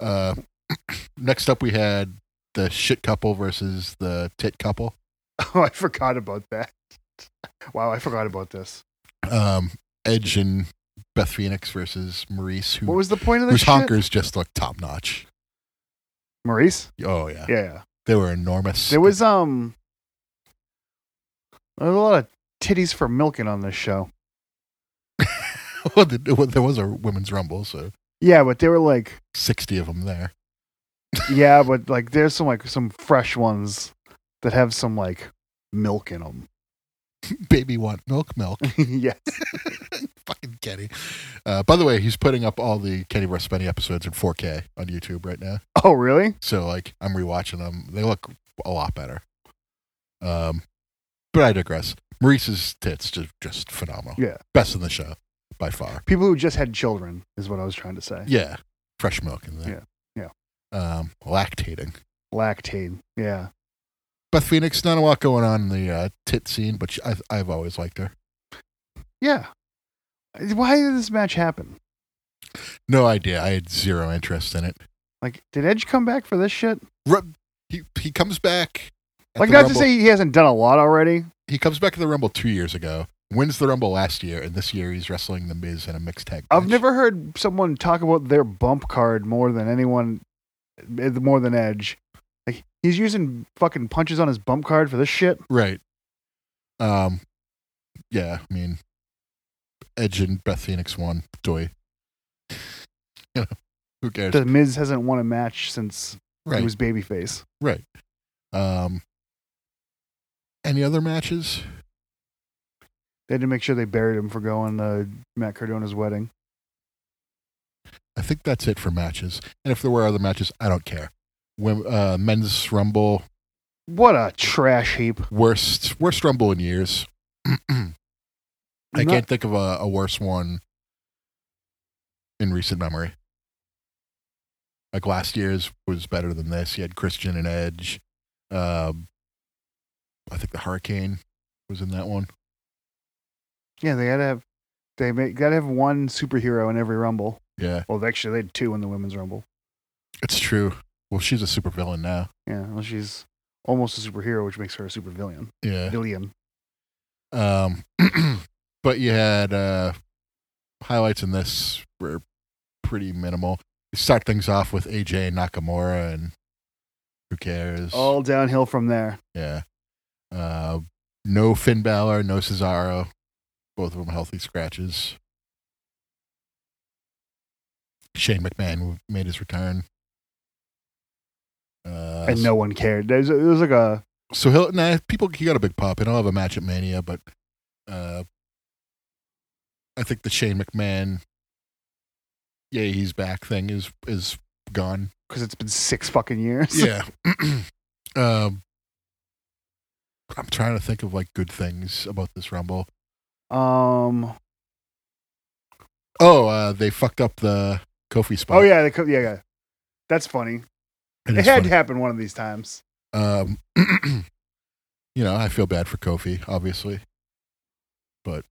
Speaker 1: Uh, [clears throat] next up, we had the shit couple versus the tit couple.
Speaker 2: Oh, I forgot about that. [laughs] Wow, I forgot about this.
Speaker 1: Um, Edge and Beth Phoenix versus Maurice, who,
Speaker 2: What was the point of
Speaker 1: whose
Speaker 2: this? Shit?
Speaker 1: honkers just look top notch.
Speaker 2: Maurice.
Speaker 1: Oh yeah.
Speaker 2: Yeah, yeah.
Speaker 1: they were enormous.
Speaker 2: There was um. There was a lot of titties for milking on this show.
Speaker 1: [laughs] Well, there well, there was a women's rumble, so
Speaker 2: Yeah, but they
Speaker 1: [laughs]
Speaker 2: were like,
Speaker 1: sixty of them there.
Speaker 2: yeah, but like, there's some like some fresh ones that have some like milk in them.
Speaker 1: Baby want milk, milk.
Speaker 2: [laughs] yeah,
Speaker 1: Fucking Kenny. Uh, by the way, he's putting up all the Kenny vs. Benny episodes in 4K on YouTube right now.
Speaker 2: Oh, really?
Speaker 1: So like I'm rewatching them. They look a lot better. Um, but I digress. Maurice's tits just just phenomenal.
Speaker 2: Yeah.
Speaker 1: best in the show by far.
Speaker 2: People who just had children is what I was trying to say.
Speaker 1: Yeah, fresh milk in there. Yeah, Um, lactating.
Speaker 2: Lactate. Yeah.
Speaker 1: Beth Phoenix, not a lot going on in the uh, tit scene, but she, I, I've always liked her.
Speaker 2: Yeah. Why did this match happen?
Speaker 1: No idea. I had zero interest in it.
Speaker 2: Like, did Edge come back for this shit?
Speaker 1: Ru- He he comes back. at
Speaker 2: Like,
Speaker 1: the
Speaker 2: not to
Speaker 1: Rumble-
Speaker 2: say he hasn't done a lot already.
Speaker 1: he comes back to the Rumble two years ago. Wins the Rumble last year, and this year he's wrestling the Miz in a mixed tag.
Speaker 2: I've
Speaker 1: match.
Speaker 2: never heard someone talk about their bump card more than anyone, eh, more than Edge. Like, he's using fucking punches on his bump card for this shit.
Speaker 1: right. Um, yeah. I mean, Edge and Beth Phoenix won. Doy. [laughs] you know, who cares?
Speaker 2: The Miz hasn't won a match since
Speaker 1: right.
Speaker 2: he was babyface.
Speaker 1: Right. Um any other matches?
Speaker 2: They had to make sure they buried him for going to Matt Cardona's wedding.
Speaker 1: I think that's it for matches. And if there were other matches, I don't care. When, uh, men's Rumble,
Speaker 2: What a trash heap.
Speaker 1: worst worst Rumble in years. [clears throat] I
Speaker 2: Not-
Speaker 1: can't think of a, a worse one in recent memory. Like last year's was better than this. You had Christian and Edge. Um, I think the Hurricane was in that one.
Speaker 2: Yeah, they gotta have they make, gotta have one superhero in every rumble.
Speaker 1: Yeah,
Speaker 2: Well, actually, they had two in the women's rumble.
Speaker 1: it's true. Well, she's a supervillain now.
Speaker 2: Yeah, well, she's almost a superhero, which makes her a supervillain.
Speaker 1: Yeah.
Speaker 2: Villain.
Speaker 1: Um, [clears throat] but you had uh, highlights in this were pretty minimal. You start things off with AJ and Nakamura, and who cares?
Speaker 2: All downhill from there.
Speaker 1: Yeah. Uh, no Finn Balor, no Cesaro. Both of them healthy scratches. Shane McMahon made his return. Uh,
Speaker 2: and no one cared. There's, it was like a
Speaker 1: so he'll nah, people he got a big pop and I'll have a match at Mania, but uh I think the Shane McMahon Yeah, he's back thing is is gone.
Speaker 2: because it's been six fucking years.
Speaker 1: Yeah. [clears throat] um I'm trying to think of like good things about this rumble.
Speaker 2: Um.
Speaker 1: Oh, uh they fucked up the Kofi spot.
Speaker 2: Oh yeah. They, co- yeah. Yeah. That's funny.
Speaker 1: It
Speaker 2: It,
Speaker 1: is
Speaker 2: had
Speaker 1: funny.
Speaker 2: to happen one of these times.
Speaker 1: Um, [clears throat] you know, I feel bad for Kofi, obviously, but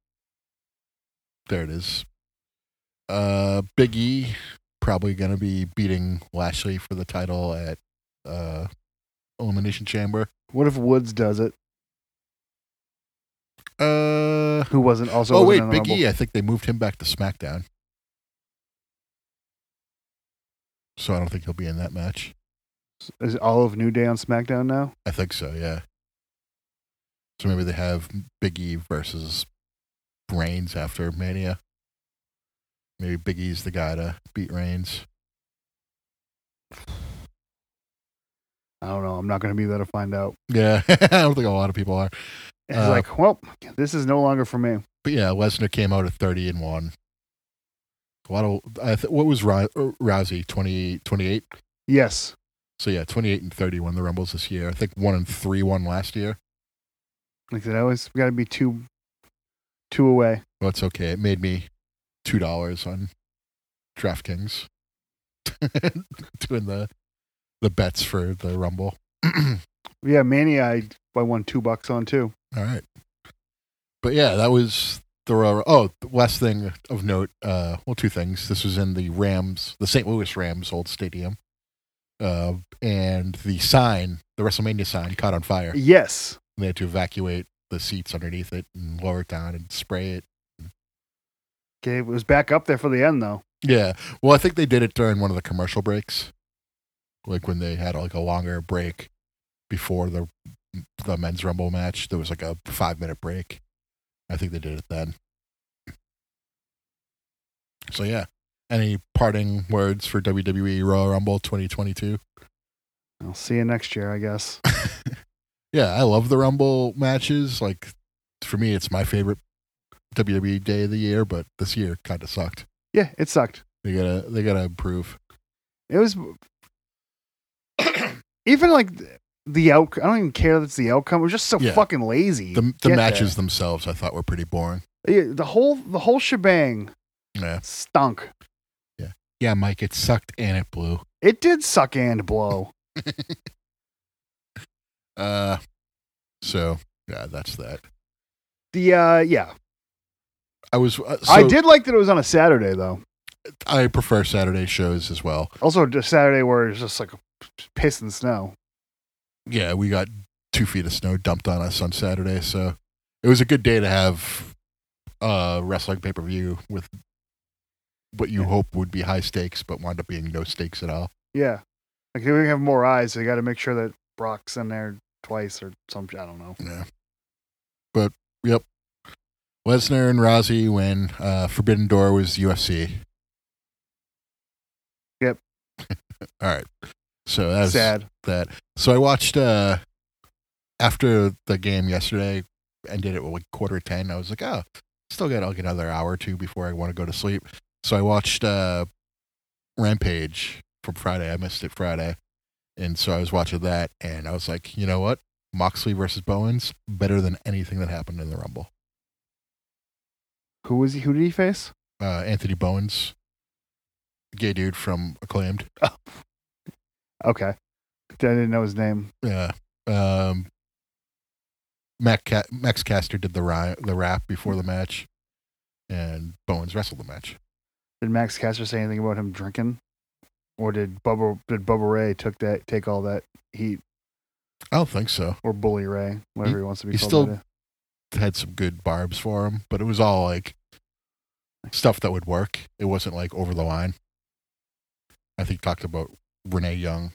Speaker 1: there it is. Uh, Big E probably going to be beating Lashley for the title at uh, Elimination Chamber.
Speaker 2: What if Woods does it?
Speaker 1: Uh,
Speaker 2: Who wasn't also?
Speaker 1: oh
Speaker 2: wasn't
Speaker 1: wait,
Speaker 2: in the
Speaker 1: Big
Speaker 2: rumble.
Speaker 1: E. I think they moved him back to SmackDown, so I don't think he'll be in that match.
Speaker 2: Is all of New Day on SmackDown now?
Speaker 1: I think so, yeah. So maybe they have Big E versus Reigns after Mania. Maybe Big E's the guy to beat Reigns.
Speaker 2: I don't know. I'm not going to be there to find out.
Speaker 1: Yeah, [laughs] I don't think a lot of people are.
Speaker 2: It's
Speaker 1: Uh,
Speaker 2: like, well, this is no longer for me.
Speaker 1: But yeah, Lesnar came out at 30 and 1. A lot of, I th- what was Rou- Rousey, 20, 28?
Speaker 2: Yes.
Speaker 1: So yeah, 28 and 30 won the Rumbles this year. I think 1 and 3 won last year.
Speaker 2: Like that always got to be two, two away.
Speaker 1: Well, it's okay. It made me $2 on DraftKings [laughs] doing the the bets for the Rumble.
Speaker 2: Yeah, Mania, I I won two bucks on too.
Speaker 1: All right. But yeah, that was the Royal. Oh, last thing of note. Uh, well, two things. This was in the Rams, the St. Louis Rams old stadium, uh, and the sign, the WrestleMania sign, caught on fire. And
Speaker 2: [laughs] Yes,
Speaker 1: they had to evacuate the seats underneath it and lower it down and spray it.
Speaker 2: okay, it was back up there for the end though.
Speaker 1: Yeah. Well, I think they did it during one of the commercial breaks, like when they had like a longer break before the the men's rumble match. There was like a five minute break. I think they did it then. So yeah. Any parting words for WWE Royal Rumble 2022?
Speaker 2: I'll see you next year,
Speaker 1: [laughs]
Speaker 2: I guess.
Speaker 1: Yeah, I love the Rumble matches. Like for me, it's my favorite WWE day of the year. But this year kind of sucked.
Speaker 2: Yeah, it sucked.
Speaker 1: They gotta they gotta improve.
Speaker 2: It was [coughs] even like the outcome. I don't even care that's the outcome. It was just so
Speaker 1: Yeah.
Speaker 2: fucking lazy.
Speaker 1: The
Speaker 2: Get
Speaker 1: the
Speaker 2: there.
Speaker 1: matches themselves, I thought, were pretty boring.
Speaker 2: Yeah, the whole the whole shebang
Speaker 1: Yeah.
Speaker 2: stunk.
Speaker 1: Yeah, Mike, it sucked and it blew.
Speaker 2: It did suck and blow.
Speaker 1: Uh, so yeah, that's that.
Speaker 2: The uh, yeah,
Speaker 1: I was. Uh,
Speaker 2: I
Speaker 1: so
Speaker 2: did like that it was on a Saturday though.
Speaker 1: I prefer Saturday shows as well.
Speaker 2: Also, just Saturday where it's just like piss and snow.
Speaker 1: Yeah, we got two feet of snow dumped on us on Saturday, so it was a good day to have uh wrestling pay per view with what you
Speaker 2: Yeah.
Speaker 1: hope would be high stakes, but wound up being no stakes at all.
Speaker 2: Yeah, like they have more eyes, so you got to make sure that Brock's in there twice or some. I don't know.
Speaker 1: Yeah. But yep. Lesnar and Rousey when uh, Forbidden Door was UFC.
Speaker 2: Yep.
Speaker 1: [laughs] All right. So that's
Speaker 2: Sad.
Speaker 1: that. So I watched uh after the game yesterday ended at like quarter ten. I was like, oh, still got like another hour or two before I want to go to sleep. So I watched uh Rampage from Friday. I missed it Friday, and so I was watching that, and I was like, you know what? Moxley versus Bowens better than anything that happened in the Rumble.
Speaker 2: Who was he? Who did he face?
Speaker 1: Uh, Anthony Bowens, gay dude from Acclaimed. [laughs]
Speaker 2: Okay, I didn't know his name.
Speaker 1: Yeah. Um, Mac Ca- Max Caster did the ri- the rap before the match, and Bowens wrestled the match.
Speaker 2: Did Max Caster say anything about him drinking, or did Bubba did Bubba Ray took that take all that heat
Speaker 1: I don't think so.
Speaker 2: or Bully Ray, whatever he, wants to be
Speaker 1: he's
Speaker 2: called?
Speaker 1: still-
Speaker 2: nowadays.
Speaker 1: Had some good barbs for him, but it was all like stuff that would work. It wasn't like over the line. I think talked about Renee Young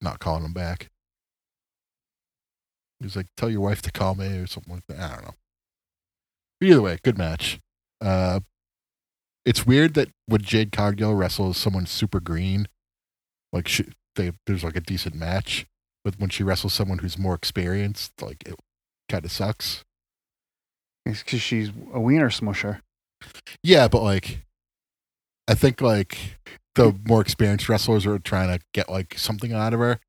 Speaker 1: not calling him back. He was like, "Tell your wife to call me" or something like that. I don't know. Either way, good match. Uh, it's weird that when Jade Cargill wrestles someone super green, like she, they, there's like a decent match, but when she wrestles someone who's more experienced, like it kind of sucks.
Speaker 2: It's 'cause she's a wiener smusher.
Speaker 1: Yeah, but like, I think like the more experienced wrestlers are trying to get like something out of her,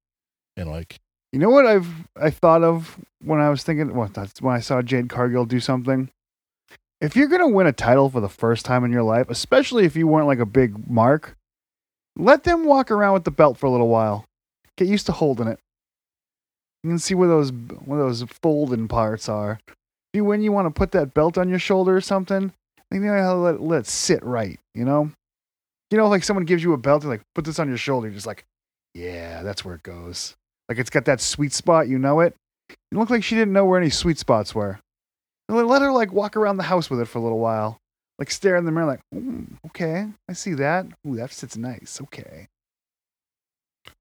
Speaker 1: and like,
Speaker 2: You know what I've I thought of when I was thinking what that's when I saw Jade Cargill do something. If you're gonna win a title for the first time in your life, especially if you weren't like a big mark, let them walk around with the belt for a little while. Get used to holding it. You can see where those where those folding parts are. If you win, you want to put that belt on your shoulder or something. I think they gotta let it, let it sit right. You know, you know, like someone gives you a belt and like put this on your shoulder, you're just like, yeah, that's where it goes. Like it's got that sweet spot, you know it. It looked like she didn't know where any sweet spots were. And let- Let her like walk around the house with it for a little while, like stare in the mirror, like, "Mm, okay, I see that. Ooh, that sits nice. Okay,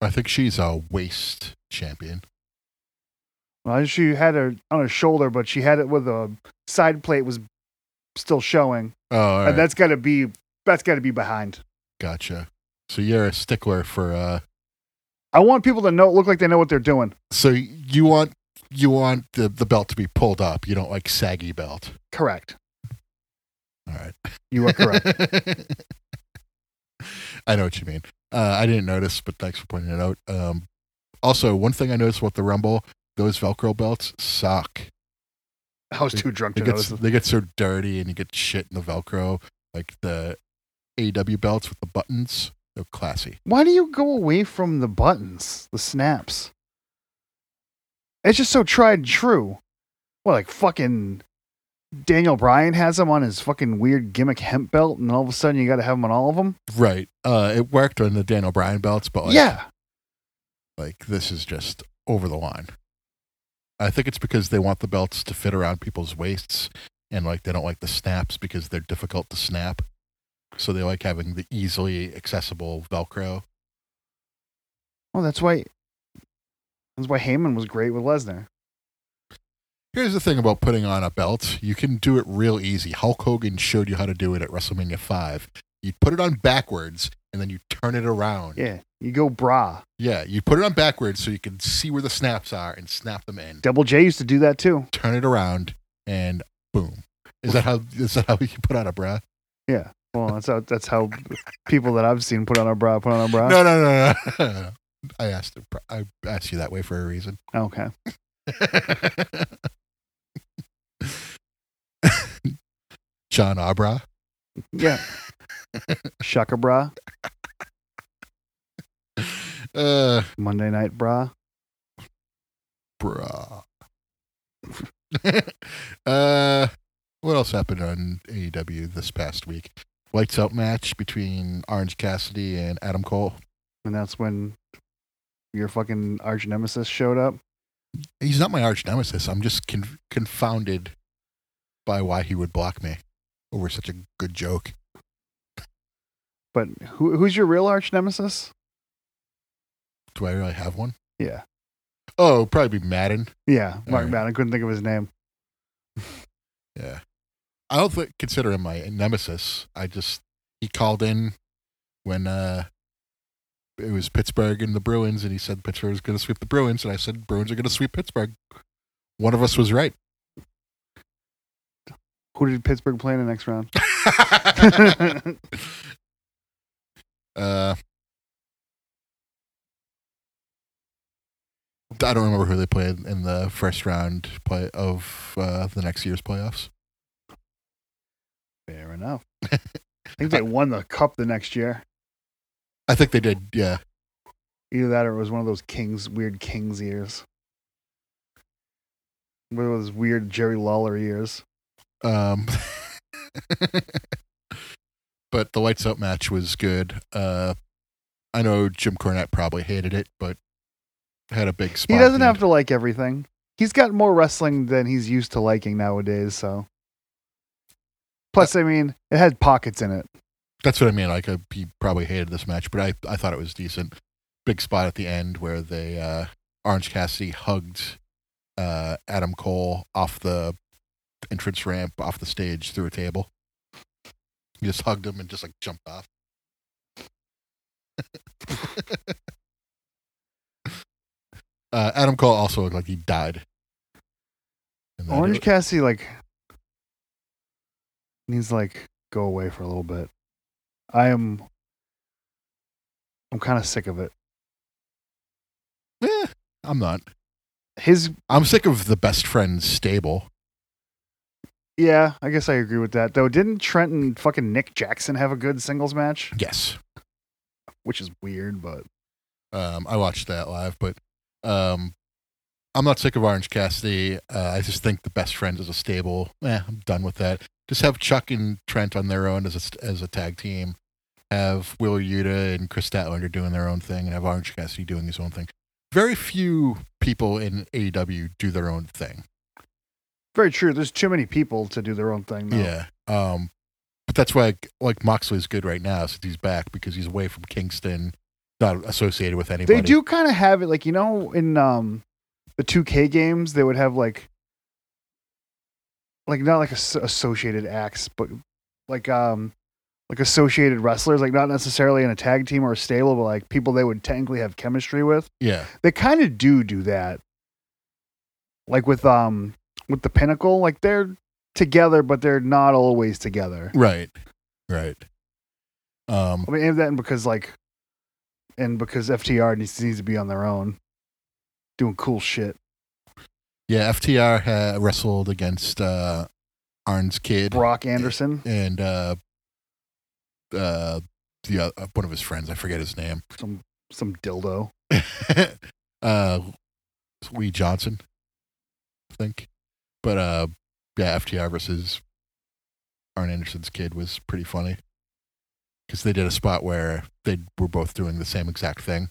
Speaker 1: I think she's a waist champion.
Speaker 2: well, she had her on her shoulder, but she had it with a side plate was still showing,
Speaker 1: Oh, all right.
Speaker 2: and that's got to be that's got to be behind.
Speaker 1: gotcha. So you're a stickler for uh.
Speaker 2: I want people to know, look like they know what they're doing.
Speaker 1: So you want you want the the belt to be pulled up. You don't like saggy belt.
Speaker 2: Correct.
Speaker 1: All right.
Speaker 2: You are correct.
Speaker 1: [laughs] I know what you mean. Uh, I didn't notice, but thanks for pointing it out. Um, also, one thing I noticed about the Rumble, those Velcro belts suck.
Speaker 2: I was too drunk
Speaker 1: They
Speaker 2: to
Speaker 1: get,
Speaker 2: notice.
Speaker 1: they get so dirty and you get shit in the Velcro. Like the AEW belts with the buttons, they're classy.
Speaker 2: Why do you go away from the buttons, the snaps? It's just so tried and true. What, like fucking Daniel Bryan has them on his fucking weird gimmick hemp belt, and all of a sudden you got to have them on all of them?
Speaker 1: Right. Uh, it worked on the Dan O'Brien belts, but like,
Speaker 2: yeah.
Speaker 1: like this is just over the line. I think it's because they want the belts to fit around people's waists and like they don't like the snaps because they're difficult to snap. So they like having the easily accessible Velcro.
Speaker 2: Well, Oh, that's why. That's why Heyman was great with Lesnar.
Speaker 1: Here's the thing about putting on a belt. You can do it real easy. Hulk Hogan showed you how to do it at WrestleMania 5. You put it on backwards and then you turn it around.
Speaker 2: Yeah. You go bra.
Speaker 1: Yeah, you put it on backwards so you can see where the snaps are and snap them in.
Speaker 2: Double J used to do that too.
Speaker 1: Turn it around and boom. Is that how is that how you put on a bra?
Speaker 2: Yeah. Well, that's how that's how people that I've seen put on a bra put on a bra.
Speaker 1: No, no, no, no, no. [laughs] I asked. it- I asked you that way for a reason. [laughs]
Speaker 2: Okay.
Speaker 1: John Abra.
Speaker 2: Yeah. Shaka bra.
Speaker 1: Uh,
Speaker 2: Monday night bra.
Speaker 1: bruh. [laughs] uh, what else happened on AEW this past week? Lights out match between Orange Cassidy and Adam Cole.
Speaker 2: And that's when your fucking arch nemesis showed up.
Speaker 1: He's not my arch nemesis. I'm just con- confounded by why he would block me over such a good joke.
Speaker 2: But who, who's your real arch nemesis?
Speaker 1: Do I really have one?
Speaker 2: Yeah.
Speaker 1: Oh, probably Madden.
Speaker 2: Yeah. Mark
Speaker 1: Alright.
Speaker 2: Madden. I couldn't think of his name.
Speaker 1: Yeah. I don't thi- consider him my nemesis. I just he called in when uh it was Pittsburgh and the Bruins, and he said Pittsburgh was going to sweep the Bruins, and I said Bruins are going to sweep Pittsburgh. One of us was right.
Speaker 2: Who did Pittsburgh play in the next round? [laughs]
Speaker 1: uh, I don't remember who they played in the first round play of uh, the next year's playoffs.
Speaker 2: Fair enough. I think they won the cup the next year.
Speaker 1: I think they did. Yeah,
Speaker 2: Either that or it was one of those Kings, weird Kings ears. One of those weird Jerry Lawler ears.
Speaker 1: Um, [laughs] but the lights out match was good. Uh, I know Jim Cornette probably hated it, but had a big spot.
Speaker 2: He
Speaker 1: at the
Speaker 2: doesn't have
Speaker 1: end.
Speaker 2: to like everything. He's got more wrestling than he's used to liking nowadays, so. Plus, I mean, it had pockets in it.
Speaker 1: That's what I mean. Like uh, he probably hated this match, but I I thought it was decent. Big spot at the end where they uh, Orange Cassidy hugged uh, Adam Cole off the entrance ramp, off the stage, through a table. He just hugged him and just like jumped off. [laughs] uh, Adam Cole also looked like he died. And then
Speaker 2: Orange
Speaker 1: it-
Speaker 2: Cassidy, like, needs to, like, go away for a little bit. I am. I'm kind of sick of it.
Speaker 1: Eh, I'm not.
Speaker 2: His.
Speaker 1: I'm sick of the best friends stable.
Speaker 2: Yeah, I guess I agree with that. Though, didn't Trent and fucking Nick Jackson have a good singles match?
Speaker 1: Yes.
Speaker 2: Which is weird, but.
Speaker 1: Um, I watched that live, but um, I'm not sick of Orange Cassidy. Uh, I just think the best friends is a stable. Eh, I'm done with that. Just have Chuck and Trent on their own as a, as a tag team. Have Will Yuta and Chris Statlander doing their own thing, and have Orange Cassidy doing his own thing. Very few people in AEW do their own thing.
Speaker 2: Very true. There's too many people to do their own thing. Now.
Speaker 1: Yeah. Um, but that's why like, like Moxley's good right now since he's back because he's away from Kingston, not associated with anybody.
Speaker 2: They do kind of have it, like you know, in um, the 2K games, they would have like, like not like as- associated acts, but like um, like associated wrestlers, like not necessarily in a tag team or a stable, but like people they would technically have chemistry with.
Speaker 1: Yeah.
Speaker 2: They kind of do do that, like with um, with the Pinnacle, like they're together, but they're not always together.
Speaker 1: Right. Right. Um
Speaker 2: I mean, and then because like, and because FTR needs, needs to be on their own, doing cool shit.
Speaker 1: yeah, FTR ha- wrestled against uh Arn's kid
Speaker 2: Brock Anderson,
Speaker 1: and uh uh the uh, one of his friends, I forget his name.
Speaker 2: some some dildo.
Speaker 1: [laughs] uh Lee Johnson, I think. But uh yeah, FTR versus Arn Anderson's kid was pretty funny. Cuz they did a spot where they were both doing the same exact thing.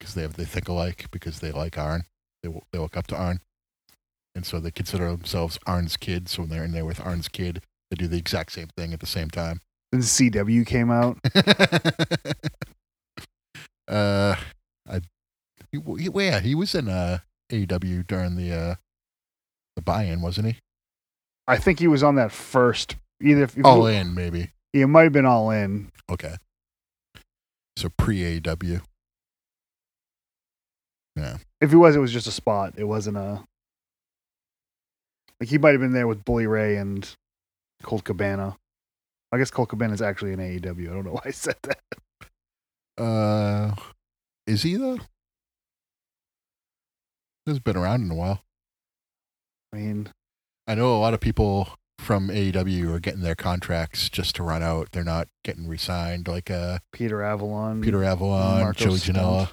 Speaker 1: Cuz they have they think alike because they like Arn. They wo- they look up to Arn. And so they consider themselves Arn's kids. So when they're in there with Arn's kid, they do the exact same thing at the same time.
Speaker 2: Then CW came out.
Speaker 1: [laughs] uh, I, he, well, he- well, yeah, he was in uh AEW during the uh the buy-in, wasn't he?
Speaker 2: I think he was on that first. Either if, if
Speaker 1: All
Speaker 2: he,
Speaker 1: in, maybe.
Speaker 2: he might have been all in.
Speaker 1: Okay. So E pre AEW.
Speaker 2: If he was, it was just a spot. It wasn't a like he might have been there with Bully Ray and Colt Cabana. I guess Colt Cabana is actually in AEW. I don't know why I said that.
Speaker 1: Uh, is he though? He's been around in a while.
Speaker 2: I mean,
Speaker 1: I know a lot of people from AEW are getting their contracts just to run out. They're not getting re-signed like uh
Speaker 2: Peter Avalon.
Speaker 1: Peter Avalon,
Speaker 2: Marcos
Speaker 1: Uh, Joey
Speaker 2: Stunt.
Speaker 1: Janela.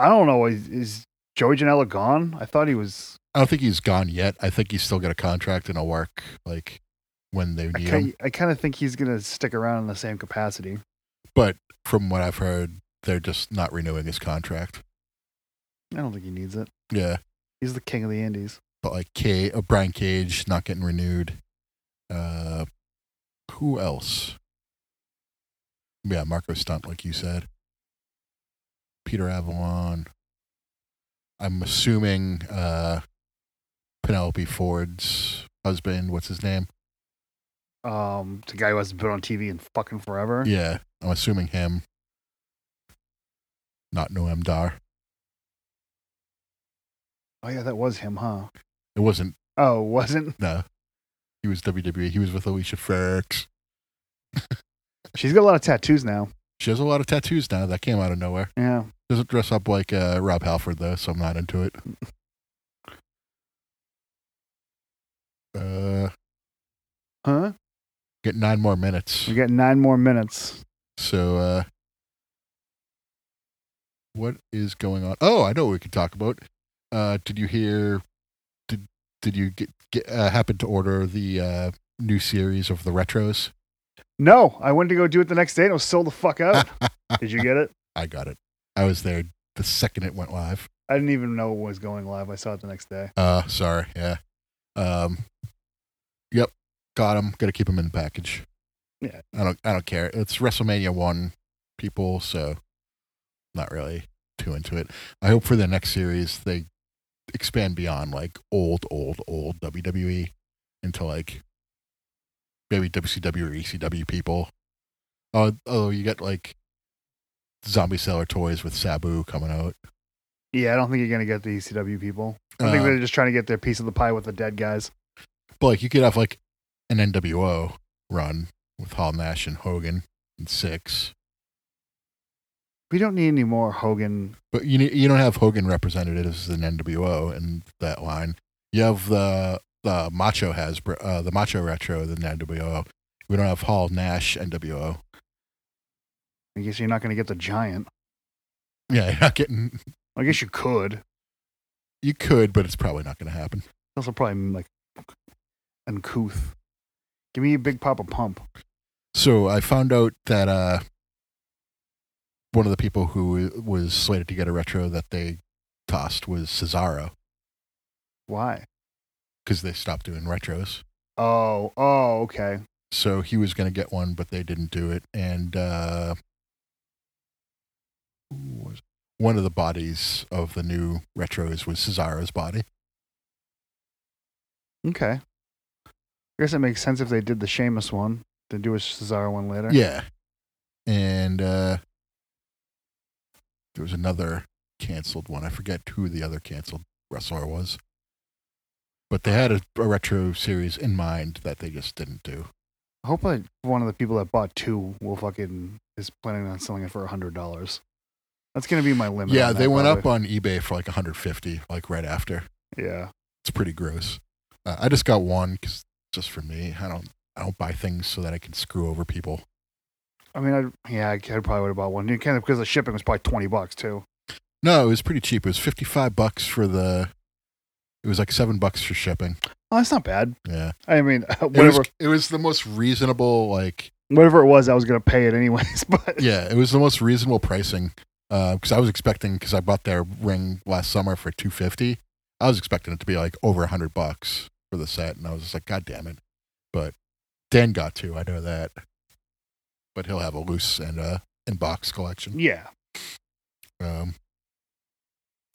Speaker 2: I don't know. Is, is Joey Janela gone? I thought he was.
Speaker 1: I don't think he's gone yet. I think he's still got a contract and will work like when they
Speaker 2: I
Speaker 1: need him.
Speaker 2: kind, I kind of think he's gonna stick around in the same capacity.
Speaker 1: But from what I've heard, they're just not renewing his contract.
Speaker 2: I don't think he needs it.
Speaker 1: Yeah.
Speaker 2: He's the king of the Andes.
Speaker 1: but like K, uh, Brian Cage not getting renewed. Uh, who else? Yeah, Marco Stunt, like you said. Peter Avalon. I'm assuming uh, Penelope Ford's husband. What's his name?
Speaker 2: Um, the guy who hasn't been on TV in fucking forever.
Speaker 1: Yeah, I'm assuming him. Not Noam Dar.
Speaker 2: Oh yeah, that was him, huh?
Speaker 1: It wasn't.
Speaker 2: Oh, [laughs] wasn't
Speaker 1: No, he was WWE. He was with Alicia Ferris.
Speaker 2: she's got a lot of tattoos now?
Speaker 1: She has a lot of tattoos now. That came out of nowhere.
Speaker 2: Yeah.
Speaker 1: Doesn't dress up like uh, Rob Halford though, so I'm not into it. Uh,
Speaker 2: Huh?
Speaker 1: get nine more minutes.
Speaker 2: We got nine more minutes.
Speaker 1: So, uh, what is going on? Oh, I know what we could talk about. Uh, did you hear? Did did you get, get uh, happen to order the uh, new series of the retros?
Speaker 2: No, I went to go do it the next day and it was sold the
Speaker 1: [laughs]
Speaker 2: fuck out. Did you get it?
Speaker 1: I got it. I was there the second it went live.
Speaker 2: I didn't even know it was going live. I saw it the next day.
Speaker 1: Uh, sorry. Yeah. Um. Yep. Got him. Got to keep him in the package.
Speaker 2: Yeah.
Speaker 1: I don't. I don't care. It's WrestleMania one people, so not really too into it. I hope for the next series they expand beyond like old, old, old WWE into like maybe WCW or ECW people. Oh, oh, you got like zombie seller toys with Sabu coming out.
Speaker 2: Yeah, I don't think you're gonna get the ECW people. I think
Speaker 1: Uh,
Speaker 2: they're just trying to get their piece of the pie with the dead guys.
Speaker 1: But like you could have like an NWO run with Hall Nash and Hogan and six.
Speaker 2: We don't need any more Hogan.
Speaker 1: But you ne- you don't have Hogan representatives in NWO in that line. You have the the Macho has uh, the Macho Retro than NWO. We don't have Hall Nash NWO.
Speaker 2: I guess you're not gonna get the giant.
Speaker 1: Yeah, you're not getting.
Speaker 2: I guess you could.
Speaker 1: You could, but it's probably not going to happen.
Speaker 2: Also, probably mm, like uncouth. Give me a big papa pump.
Speaker 1: So I found out that uh, one of the people who was slated to get a retro that they tossed was Cesaro
Speaker 2: Why?
Speaker 1: because they stopped doing retros.
Speaker 2: Oh, oh, okay.
Speaker 1: so he was going to get one, but they didn't do it. And uh, who was it? one of the bodies of the new retros was Cesaro's body.
Speaker 2: Okay. I guess it makes sense if they did the Sheamus one, then do a Cesaro one later.
Speaker 1: Yeah, and uh, there was another canceled one. I forget who the other canceled wrestler was, but they had a, a retro series in mind that they just didn't do.
Speaker 2: I hope like one of the people that bought two will fucking is planning on selling it for a hundred dollars. That's gonna be my limit.
Speaker 1: Yeah,
Speaker 2: on
Speaker 1: they
Speaker 2: that,
Speaker 1: went up
Speaker 2: probably.
Speaker 1: on eBay for like 150, like right after.
Speaker 2: Yeah,
Speaker 1: it's pretty gross. Uh, I just got one because just for me, I don't I don't buy things so that I can screw over people.
Speaker 2: I mean, I'd, yeah, I could- probably would have bought one. You kind of because the shipping was probably twenty bucks too.
Speaker 1: No, it was pretty cheap. It was fifty five bucks for the. It was like seven bucks for shipping.
Speaker 2: Oh, that's not bad.
Speaker 1: Yeah,
Speaker 2: I mean, [laughs]
Speaker 1: It was-
Speaker 2: whatever,
Speaker 1: It was, the most reasonable. Like
Speaker 2: whatever it was, I was gonna pay it anyways. [laughs] But
Speaker 1: yeah, it was the most reasonable pricing. Because I was expecting because I bought their ring last summer for two fifty. I was expecting it to be like over hundred bucks for the set, and I was just like, God damn it! But Dan got two. I know that. But he'll have a loose and uh in box collection.
Speaker 2: yeah,
Speaker 1: Um,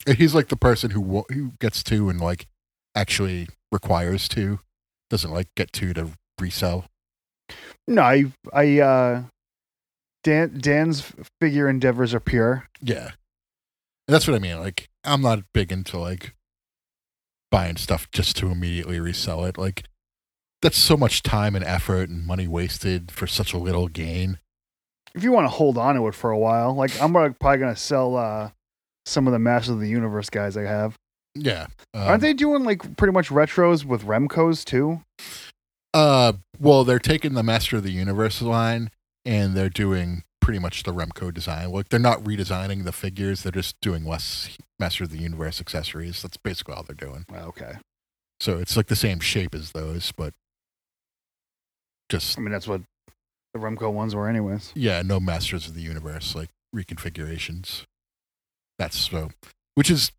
Speaker 1: and he's like the person who wa- who gets two and like actually requires two, doesn't like get two to resell.
Speaker 2: no, I, I, uh, Dan, Dan's figure endeavors are pure.
Speaker 1: Yeah, and that's what I mean. Like I'm not big into like buying stuff just to immediately resell it. Like that's so much time and effort and money wasted for such a little gain.
Speaker 2: if you want to hold on to it for a while, like I'm gonna- probably gonna sell uh, some of the Masters of the Universe guys I have.
Speaker 1: Yeah, um,
Speaker 2: Aren't they doing like pretty much retros with Remco's too?
Speaker 1: Uh, well, they're taking the Master of the Universe line and they're doing pretty much the Remco design. Like they're not redesigning the figures; they're just doing less Master of the Universe accessories. That's basically all they're doing.
Speaker 2: Well, okay.
Speaker 1: So it's like the same shape as those, but just
Speaker 2: I mean, that's what the Remco ones were, anyways.
Speaker 1: yeah, no Masters of the Universe like reconfigurations. That's so, which is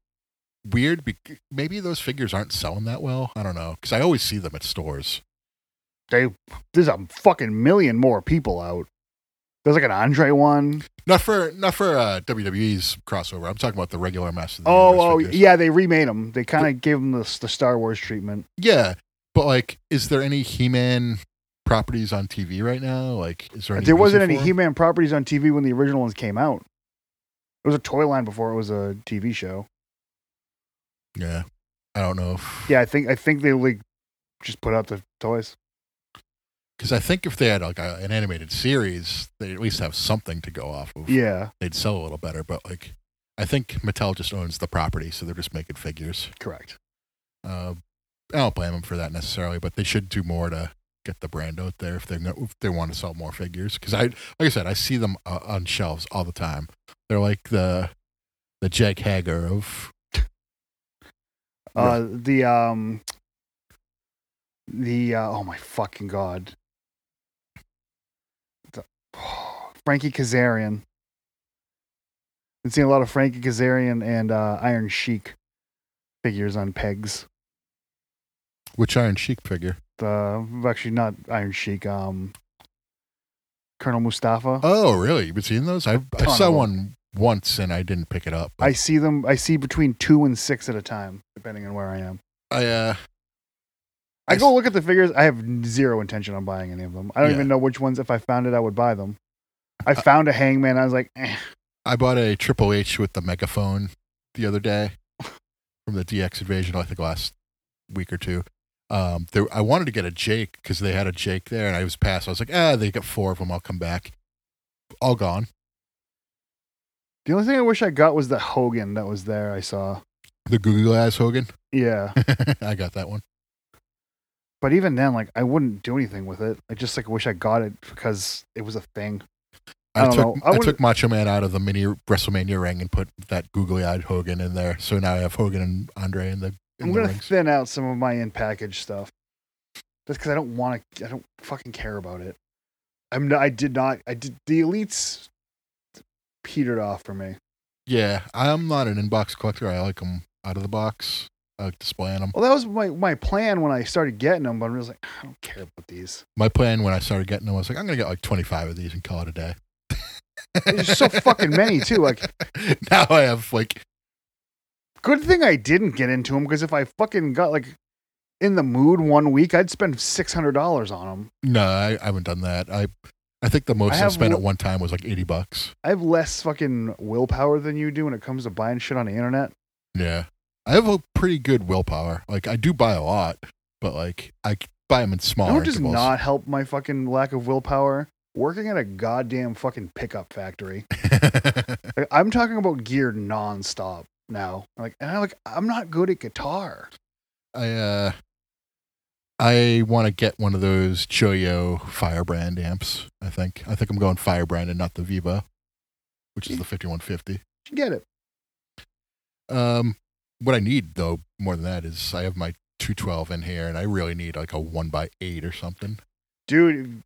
Speaker 1: weird. bec- Maybe those figures aren't selling that well. I don't know because I always see them at stores.
Speaker 2: They there's a fucking million more people out. There's like an Andre one.
Speaker 1: Not for not for uh, WWE's crossover. I'm talking about the regular Master of the
Speaker 2: Oh,
Speaker 1: Universe
Speaker 2: oh,
Speaker 1: figures.
Speaker 2: yeah, they remade them. They kind of gave them the, the Star Wars treatment.
Speaker 1: Yeah, but like, is there any He-Man properties on TV right now? Like, is there any
Speaker 2: There wasn't
Speaker 1: reason
Speaker 2: any
Speaker 1: for 'em?
Speaker 2: He-Man properties on TV when the original ones came out. It was a toy line before it was a TV show.
Speaker 1: Yeah, I don't know if
Speaker 2: Yeah, I think I think they like just put out the toys.
Speaker 1: because I think if they had like a, an animated series, they would at least have something to go off of.
Speaker 2: Yeah,
Speaker 1: they'd sell a little better. But like, I think Mattel just owns the property, so they're just making figures.
Speaker 2: correct.
Speaker 1: Uh, I don't blame them for that necessarily, but they should do more to get the brand out there if they if they want to sell more figures. Because I, like I said, I see them uh, on shelves all the time. They're like the the Jack Hager of
Speaker 2: Uh, the um, the uh, oh my fucking god, the, [sighs] Frankie Kazarian. Been seeing a lot of Frankie Kazarian and uh, Iron Sheik figures on pegs.
Speaker 1: which Iron Sheik figure.
Speaker 2: The actually not Iron Sheik, um, Colonel Mustafa.
Speaker 1: Oh, really? You've been seeing those? I, I
Speaker 2: ton
Speaker 1: saw
Speaker 2: of 'em.
Speaker 1: one once and I didn't pick it up.
Speaker 2: I see them. I see between two and six at a time, depending on where I am.
Speaker 1: I uh,
Speaker 2: I
Speaker 1: I
Speaker 2: go
Speaker 1: s-
Speaker 2: look at the figures. I have n- zero intention on buying any of them. I don't
Speaker 1: Yeah.
Speaker 2: even know which ones. If I found it, I would buy them. I
Speaker 1: Uh,
Speaker 2: found a Hangman. I was like, eh.
Speaker 1: I bought a Triple H with the megaphone the other day from the DX Invasion. I think last week or two. Um, there, I wanted to get a Jake because they had a Jake there, and I was passed. I was like, ah, they got four of them. I'll come back. All gone.
Speaker 2: the only thing I wish I got was the Hogan that was there. I saw.
Speaker 1: The Google ass Hogan. [laughs]
Speaker 2: [laughs] Yeah,
Speaker 1: I got that one.
Speaker 2: but even then, like, I wouldn't do anything with it. I just like wish I got it because it was a thing. I
Speaker 1: I,
Speaker 2: don't
Speaker 1: took
Speaker 2: know. I
Speaker 1: I,
Speaker 2: wouldn't-
Speaker 1: took Macho Man out of the mini WrestleMania ring and put that googly-eyed Hogan in there. So now I have Hogan and Andre in the in
Speaker 2: I'm
Speaker 1: the
Speaker 2: gonna
Speaker 1: rings.
Speaker 2: thin out some of my in package stuff. That's because I don't want to. I don't fucking care about it. I'm. Not, I did not. I did. The elites petered off for me.
Speaker 1: yeah, I'm not an inbox collector. I like them out of the box. I like displaying them.
Speaker 2: Well, that was my my plan when I started getting them, but I'm just like, I don't care about these.
Speaker 1: my plan when I started getting them, I was like, I'm gonna get like 25 of these and call it a day.
Speaker 2: There's so fucking many too. Like,
Speaker 1: [laughs] now I have like,
Speaker 2: good thing I didn't get into them because if I fucking got like in the mood one week, I'd spend six hundred dollars on them.
Speaker 1: no, I, I haven't done that. I, I think the most
Speaker 2: I
Speaker 1: I,
Speaker 2: have
Speaker 1: spent
Speaker 2: one-
Speaker 1: at one time was like 80 bucks.
Speaker 2: I have less fucking willpower than you do when it comes to buying shit on the internet.
Speaker 1: Yeah, I have a pretty good willpower. Like I do buy a lot, but like I c- buy them in
Speaker 2: You
Speaker 1: small
Speaker 2: know what does
Speaker 1: intervals.
Speaker 2: not help my fucking lack of willpower? Working at a goddamn fucking pickup factory. Like, I'm talking about gear nonstop now. Like, and I like I'm not good at guitar.
Speaker 1: [laughs] I uh, I want to get one of those Choyo Firebrand amps. I think I think I'm going Firebrand and not the Viva, which is the 5150.
Speaker 2: You get it?
Speaker 1: Um, what I need though, more than that, is I have my 212 in here, and I really need like a one by eight or something.
Speaker 2: dude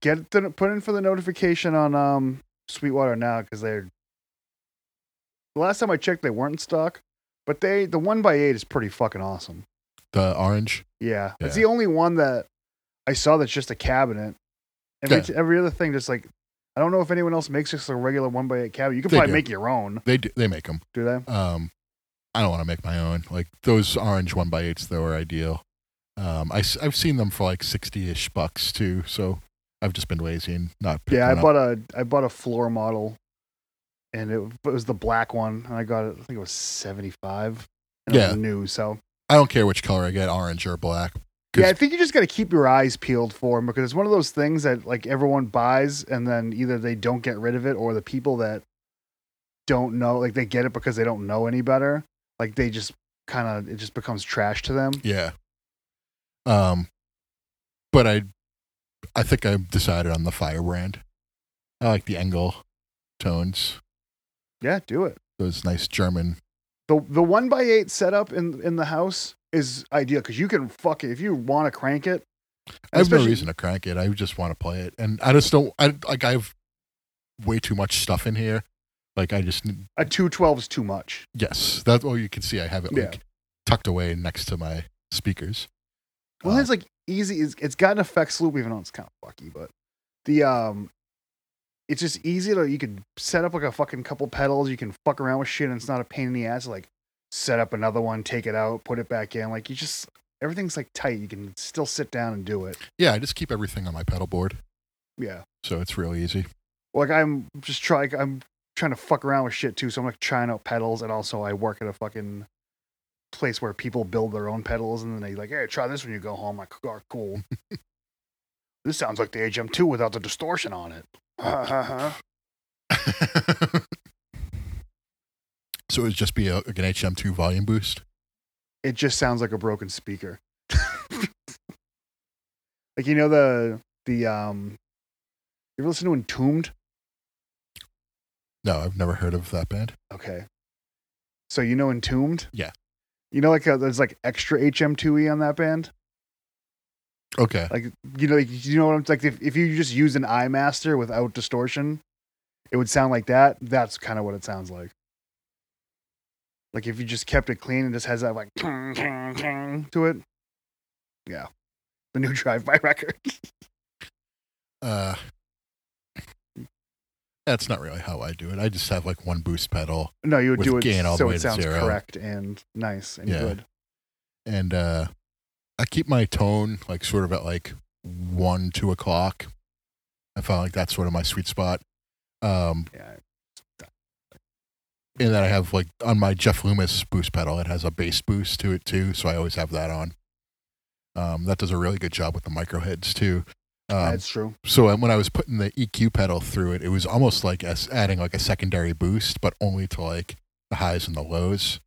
Speaker 2: get the put in for the notification on um sweetwater now because they're the last time i checked they weren't in stock but they the one by eight is pretty fucking awesome
Speaker 1: The orange.
Speaker 2: yeah, it's
Speaker 1: Yeah.
Speaker 2: the only one that i saw that's just a cabinet every,
Speaker 1: Yeah.
Speaker 2: every other thing just like i don't know if anyone else makes just a regular one by eight cabinet you can
Speaker 1: They
Speaker 2: probably
Speaker 1: do.
Speaker 2: make your own
Speaker 1: They do, they make them.
Speaker 2: do they
Speaker 1: Um, I don't want to make my own. Like those orange one by eights though are ideal. Um, I have seen them for like 60 ish bucks too. So I've just been lazy and not. picked
Speaker 2: yeah i
Speaker 1: one up.
Speaker 2: bought a i bought a floor model and it, it was the black one and i got it i think it was 75 and it was
Speaker 1: Yeah.
Speaker 2: new so
Speaker 1: I don't care which color I get, orange or black. 'Cause-
Speaker 2: Yeah, I think you just got to keep your eyes peeled for them because it's one of those things that like everyone buys and then either they don't get rid of it or the people that don't know like they get it because they don't know any better. Like they just kind of it just becomes trash to them.
Speaker 1: Yeah. Um, but I, I think I decided on the firebrand. I like the Engel tones.
Speaker 2: Yeah, do it.
Speaker 1: Those nice German.
Speaker 2: The the one by eight setup in in the house is ideal because you can fuck it if you want to crank it.
Speaker 1: I have no
Speaker 2: Especially-
Speaker 1: reason to crank it. I just want to play it, and I just don't. I like. I have way too much stuff in here. Like I just need-
Speaker 2: A two twelve is too much.
Speaker 1: yes. That's all you can see. I have it
Speaker 2: Yeah.
Speaker 1: like tucked away next to my speakers.
Speaker 2: Well,
Speaker 1: Uh,
Speaker 2: it's like easy. It's, it's got an effects loop, even though it's kind of fucky. But the um, it's just easy to you can set up like a fucking couple pedals. You can fuck around with shit, and it's not a pain in the ass. to, Like set up another one, take it out, put it back in. Like you just everything's like tight. You can still sit down and do it.
Speaker 1: yeah, I just keep everything on my pedal board,
Speaker 2: Yeah.
Speaker 1: so it's real easy. [laughs]
Speaker 2: Like I'm just trying. I'm trying to fuck around with shit too. So I'm like trying out pedals, and also I work at a fucking place where people build their own pedals, and then they like, hey, try this when you go home. like, oh, cool. this sounds like the HM2 without the distortion on it.
Speaker 1: so it would just be a, like an HM2 volume boost.
Speaker 2: it just sounds like a broken speaker. [laughs] like you know the the um. You ever listen to Entombed?
Speaker 1: No, I've never heard of that band.
Speaker 2: Okay. So you know Entombed?
Speaker 1: Yeah.
Speaker 2: You know, like uh there's like extra HM2E E on that band.
Speaker 1: Okay,
Speaker 2: Like you know, like, you know what I'm like. If, if you just use an iMaster without distortion, it would sound like that. That's kind of what it sounds like. Like if you just kept it clean and just has that like ting, ting, ting to it. Yeah. The new [laughs] Drive By record.
Speaker 1: uh, that's not really how I do it. I just have like one boost pedal,
Speaker 2: No, you would
Speaker 1: With
Speaker 2: do it
Speaker 1: gain all the
Speaker 2: so
Speaker 1: way
Speaker 2: it
Speaker 1: to
Speaker 2: sounds
Speaker 1: zero.
Speaker 2: correct and nice and
Speaker 1: Yeah.
Speaker 2: good.
Speaker 1: and uh, I keep my tone like sort of at like one, two o'clock. I found like that's sort of my sweet spot. Um,
Speaker 2: Yeah.
Speaker 1: and then I have like on my Jeff Loomis boost pedal, it has a bass boost to it too, so I always have that on. Um, that does a really good job with the micro heads too. Um,
Speaker 2: that's true.
Speaker 1: so um, when I was putting the EQ pedal through it, it was almost like us adding like a secondary boost, but only to like the highs and the lows.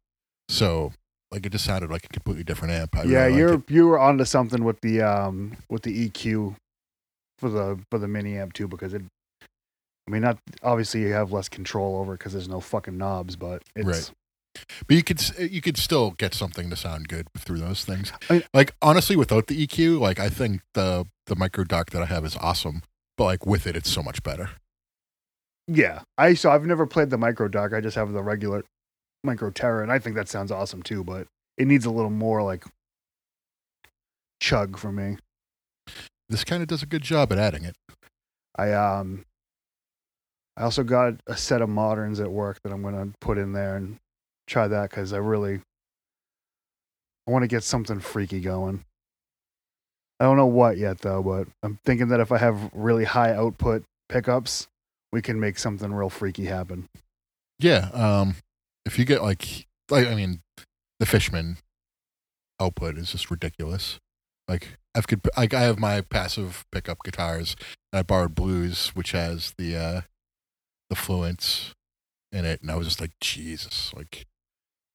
Speaker 1: So like it just sounded like a completely different amp. I
Speaker 2: yeah,
Speaker 1: really liked
Speaker 2: you're
Speaker 1: it.
Speaker 2: you were onto something with the um with the EQ for the for the mini amp too because it. I mean, not obviously you have less control over it because there's no fucking knobs, but it's
Speaker 1: but you could s- you could still get something to sound good through those things.
Speaker 2: I mean-
Speaker 1: like honestly, without the EQ, like I think the the micro dock that I have is awesome, but like with it, it's so much better.
Speaker 2: yeah. I so I've never played the micro dock. I just have the regular micro Terra, and I think that sounds awesome too. But it needs a little more like chug for me.
Speaker 1: This kind of does a good job at adding it.
Speaker 2: I um I also got a set of moderns at work that I'm gonna put in there and try that because I really I want to get something freaky going. I don't know what yet though, but I'm thinking that if I have really high output pickups, we can make something real freaky happen.
Speaker 1: Yeah. Um, if you get like, like I mean, the Fishman output is just ridiculous. Like I've could like I have my passive pickup guitars, and I borrowed Blues, which has the uh the Fluence in it, and I was just like, Jesus, like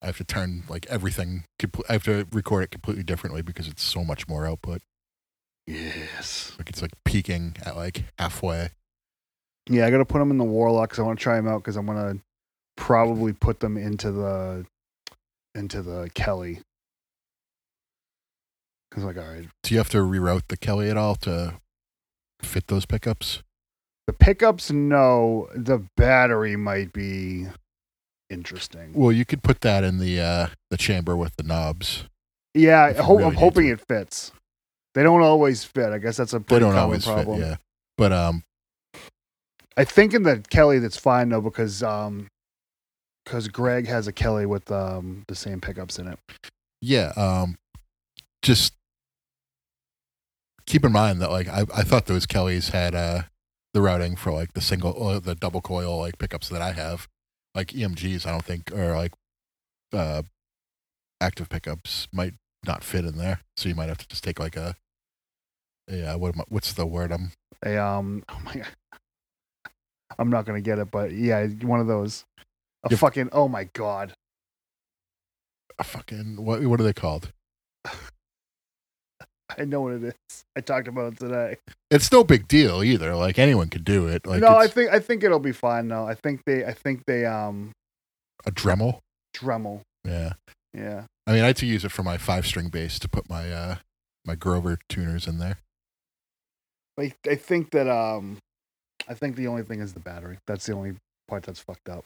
Speaker 1: I have to turn like everything. Compl- I have to record it completely differently because it's so much more output.
Speaker 2: Yes.
Speaker 1: Like it's like peaking at like halfway.
Speaker 2: Yeah, I gotta put them in the warlock because I want to try them out because I'm gonna probably put them into the into the Kelly. Cause like, all right,
Speaker 1: Do you have to reroute the Kelly at all to fit those pickups?
Speaker 2: The pickups, no. The battery might be interesting.
Speaker 1: Well, you could put that in the uh, the chamber with the knobs.
Speaker 2: Yeah, I
Speaker 1: If you
Speaker 2: hope,
Speaker 1: really
Speaker 2: I'm
Speaker 1: need
Speaker 2: hoping
Speaker 1: to.
Speaker 2: it fits. They don't always fit. I guess that's a
Speaker 1: They
Speaker 2: pretty
Speaker 1: don't
Speaker 2: common
Speaker 1: always
Speaker 2: problem.
Speaker 1: fit, yeah. But um,
Speaker 2: I think in the Kelly that's fine though because um because Greg has a Kelly with um the same pickups in it.
Speaker 1: yeah, um, just keep in mind that like I, I thought those Kellys had uh the routing for like the single or the double coil like pickups that I have, like EMGs. I don't think or like uh active pickups might not fit in there, so you might have to just take like a yeah. What am I, what's the word I'm
Speaker 2: They um [laughs] oh my god. I'm not gonna get it, but yeah, one of those. A
Speaker 1: Yeah.
Speaker 2: fucking oh my god. [laughs]
Speaker 1: a fucking what what are they called?
Speaker 2: I
Speaker 3: I know what it is. I talked about it today.
Speaker 1: It's no big deal either. Like anyone could do it. Like
Speaker 3: no, I
Speaker 1: it's
Speaker 3: think I think it'll be fine though. I think they I think they um
Speaker 1: a Dremel.
Speaker 3: Dremel.
Speaker 1: Yeah.
Speaker 3: Yeah.
Speaker 1: I mean, I had to use it for my five string bass to put my uh my Grover tuners in there.
Speaker 3: Like I think that um I think the only thing is the battery. That's the only part that's fucked up.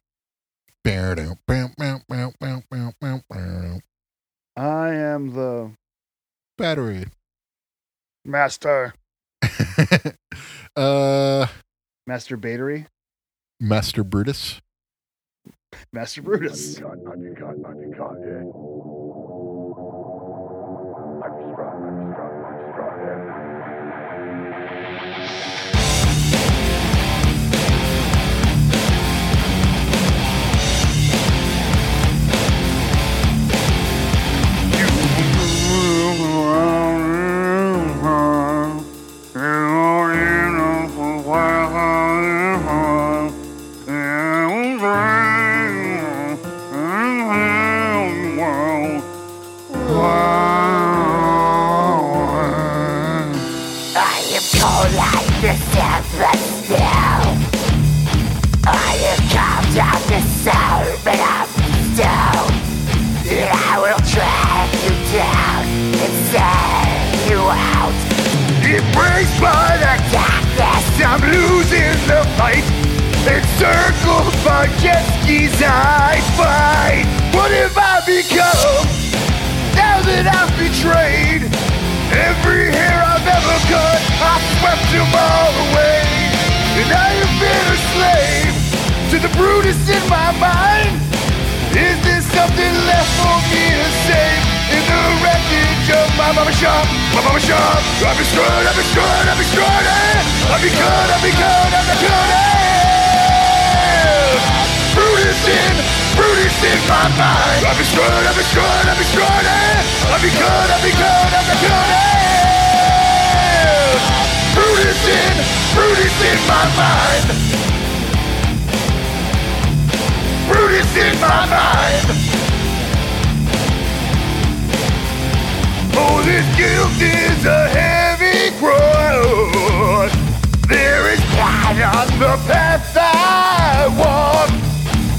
Speaker 3: I am the
Speaker 1: Battery.
Speaker 3: master
Speaker 1: [laughs] uh,
Speaker 3: master battery,
Speaker 1: Master Brutus.
Speaker 3: master Brutus.
Speaker 2: I am cold like the seven snow. I am cold like the soul, but I'm stone. And I will track you down and send you out. It breaks my darkness, I'm losing the fight. Encircled by jet skis, I fight. What if I become? Now that I've betrayed every hair I've ever cut, I swept them all away. And I have been a slave to the Brutus in my mind. Is there something left for me to save in the wreckage of my mama shop? My mama shop. I've been destroyed, I've been destroyed, I've been destroyed. eh? I've been good, I've been good, I've been good. eh? Brutus in, Brutus in my mind. I've been destroyed, I've been destroyed, I've been destroyed. eh? I've been good, I've been good, I've been good. eh? Brutus in, Brutus in my mind. Brutus in my mind. Oh, this guilt is a heavy cross. There is light on the path I walk,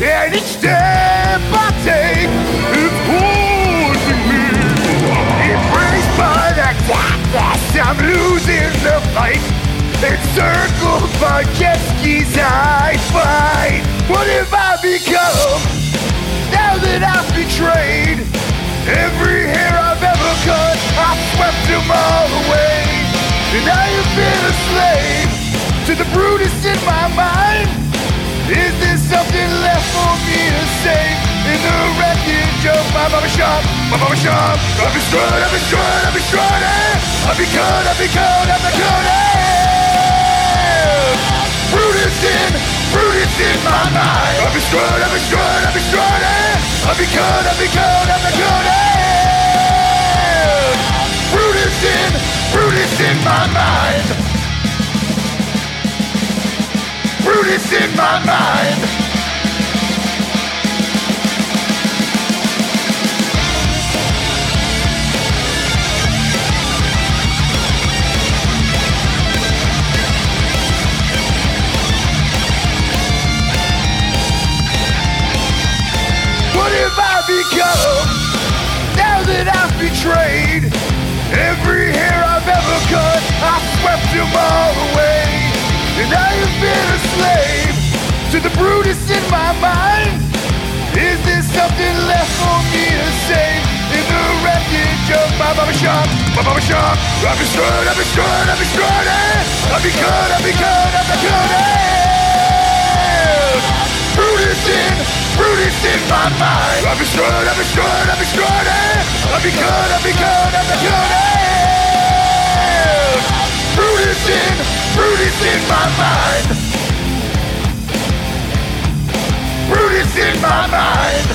Speaker 2: and each step I take is holding me. Embraced by the darkness, I'm losing the fight. Encircled by jet skis, I fight. What if I become? Now that I've betrayed every hair I've ever cut, I've swept them all away. And I have been a slave to the Brutus in my mind. Is there something left for me to save in the wreckage of my mama shop? My mama shop. I've been destroyed, I've been destroyed, I've been destroyed. eh? I've been good, I've been good, I've been good. eh? Brutus in, Brutus in my mind. I've been destroyed, I've been destroyed, I've been destroyed. eh? I've been good, I've been good, I've been good. eh? Brutus in, Brutus in my mind. Brutus in my mind. What if I become? Now that I've betrayed every hair I've ever cut, I've swept them all away. And I have been a slave to the Brutus in my mind. Is there something left for me to save in the wreckage of my mama shop? My mama shop. I've been destroyed, I've been destroyed, I've been destroyed. eh? I've been good, I've been good, I've been good. eh? Brutus in, Brutus in my mind. I've been destroyed, I've been destroyed, I've been destroyed. eh? I've been good, I've been good, I've been good. eh? Brutus in, Brutus in my mind. Brutus in my mind.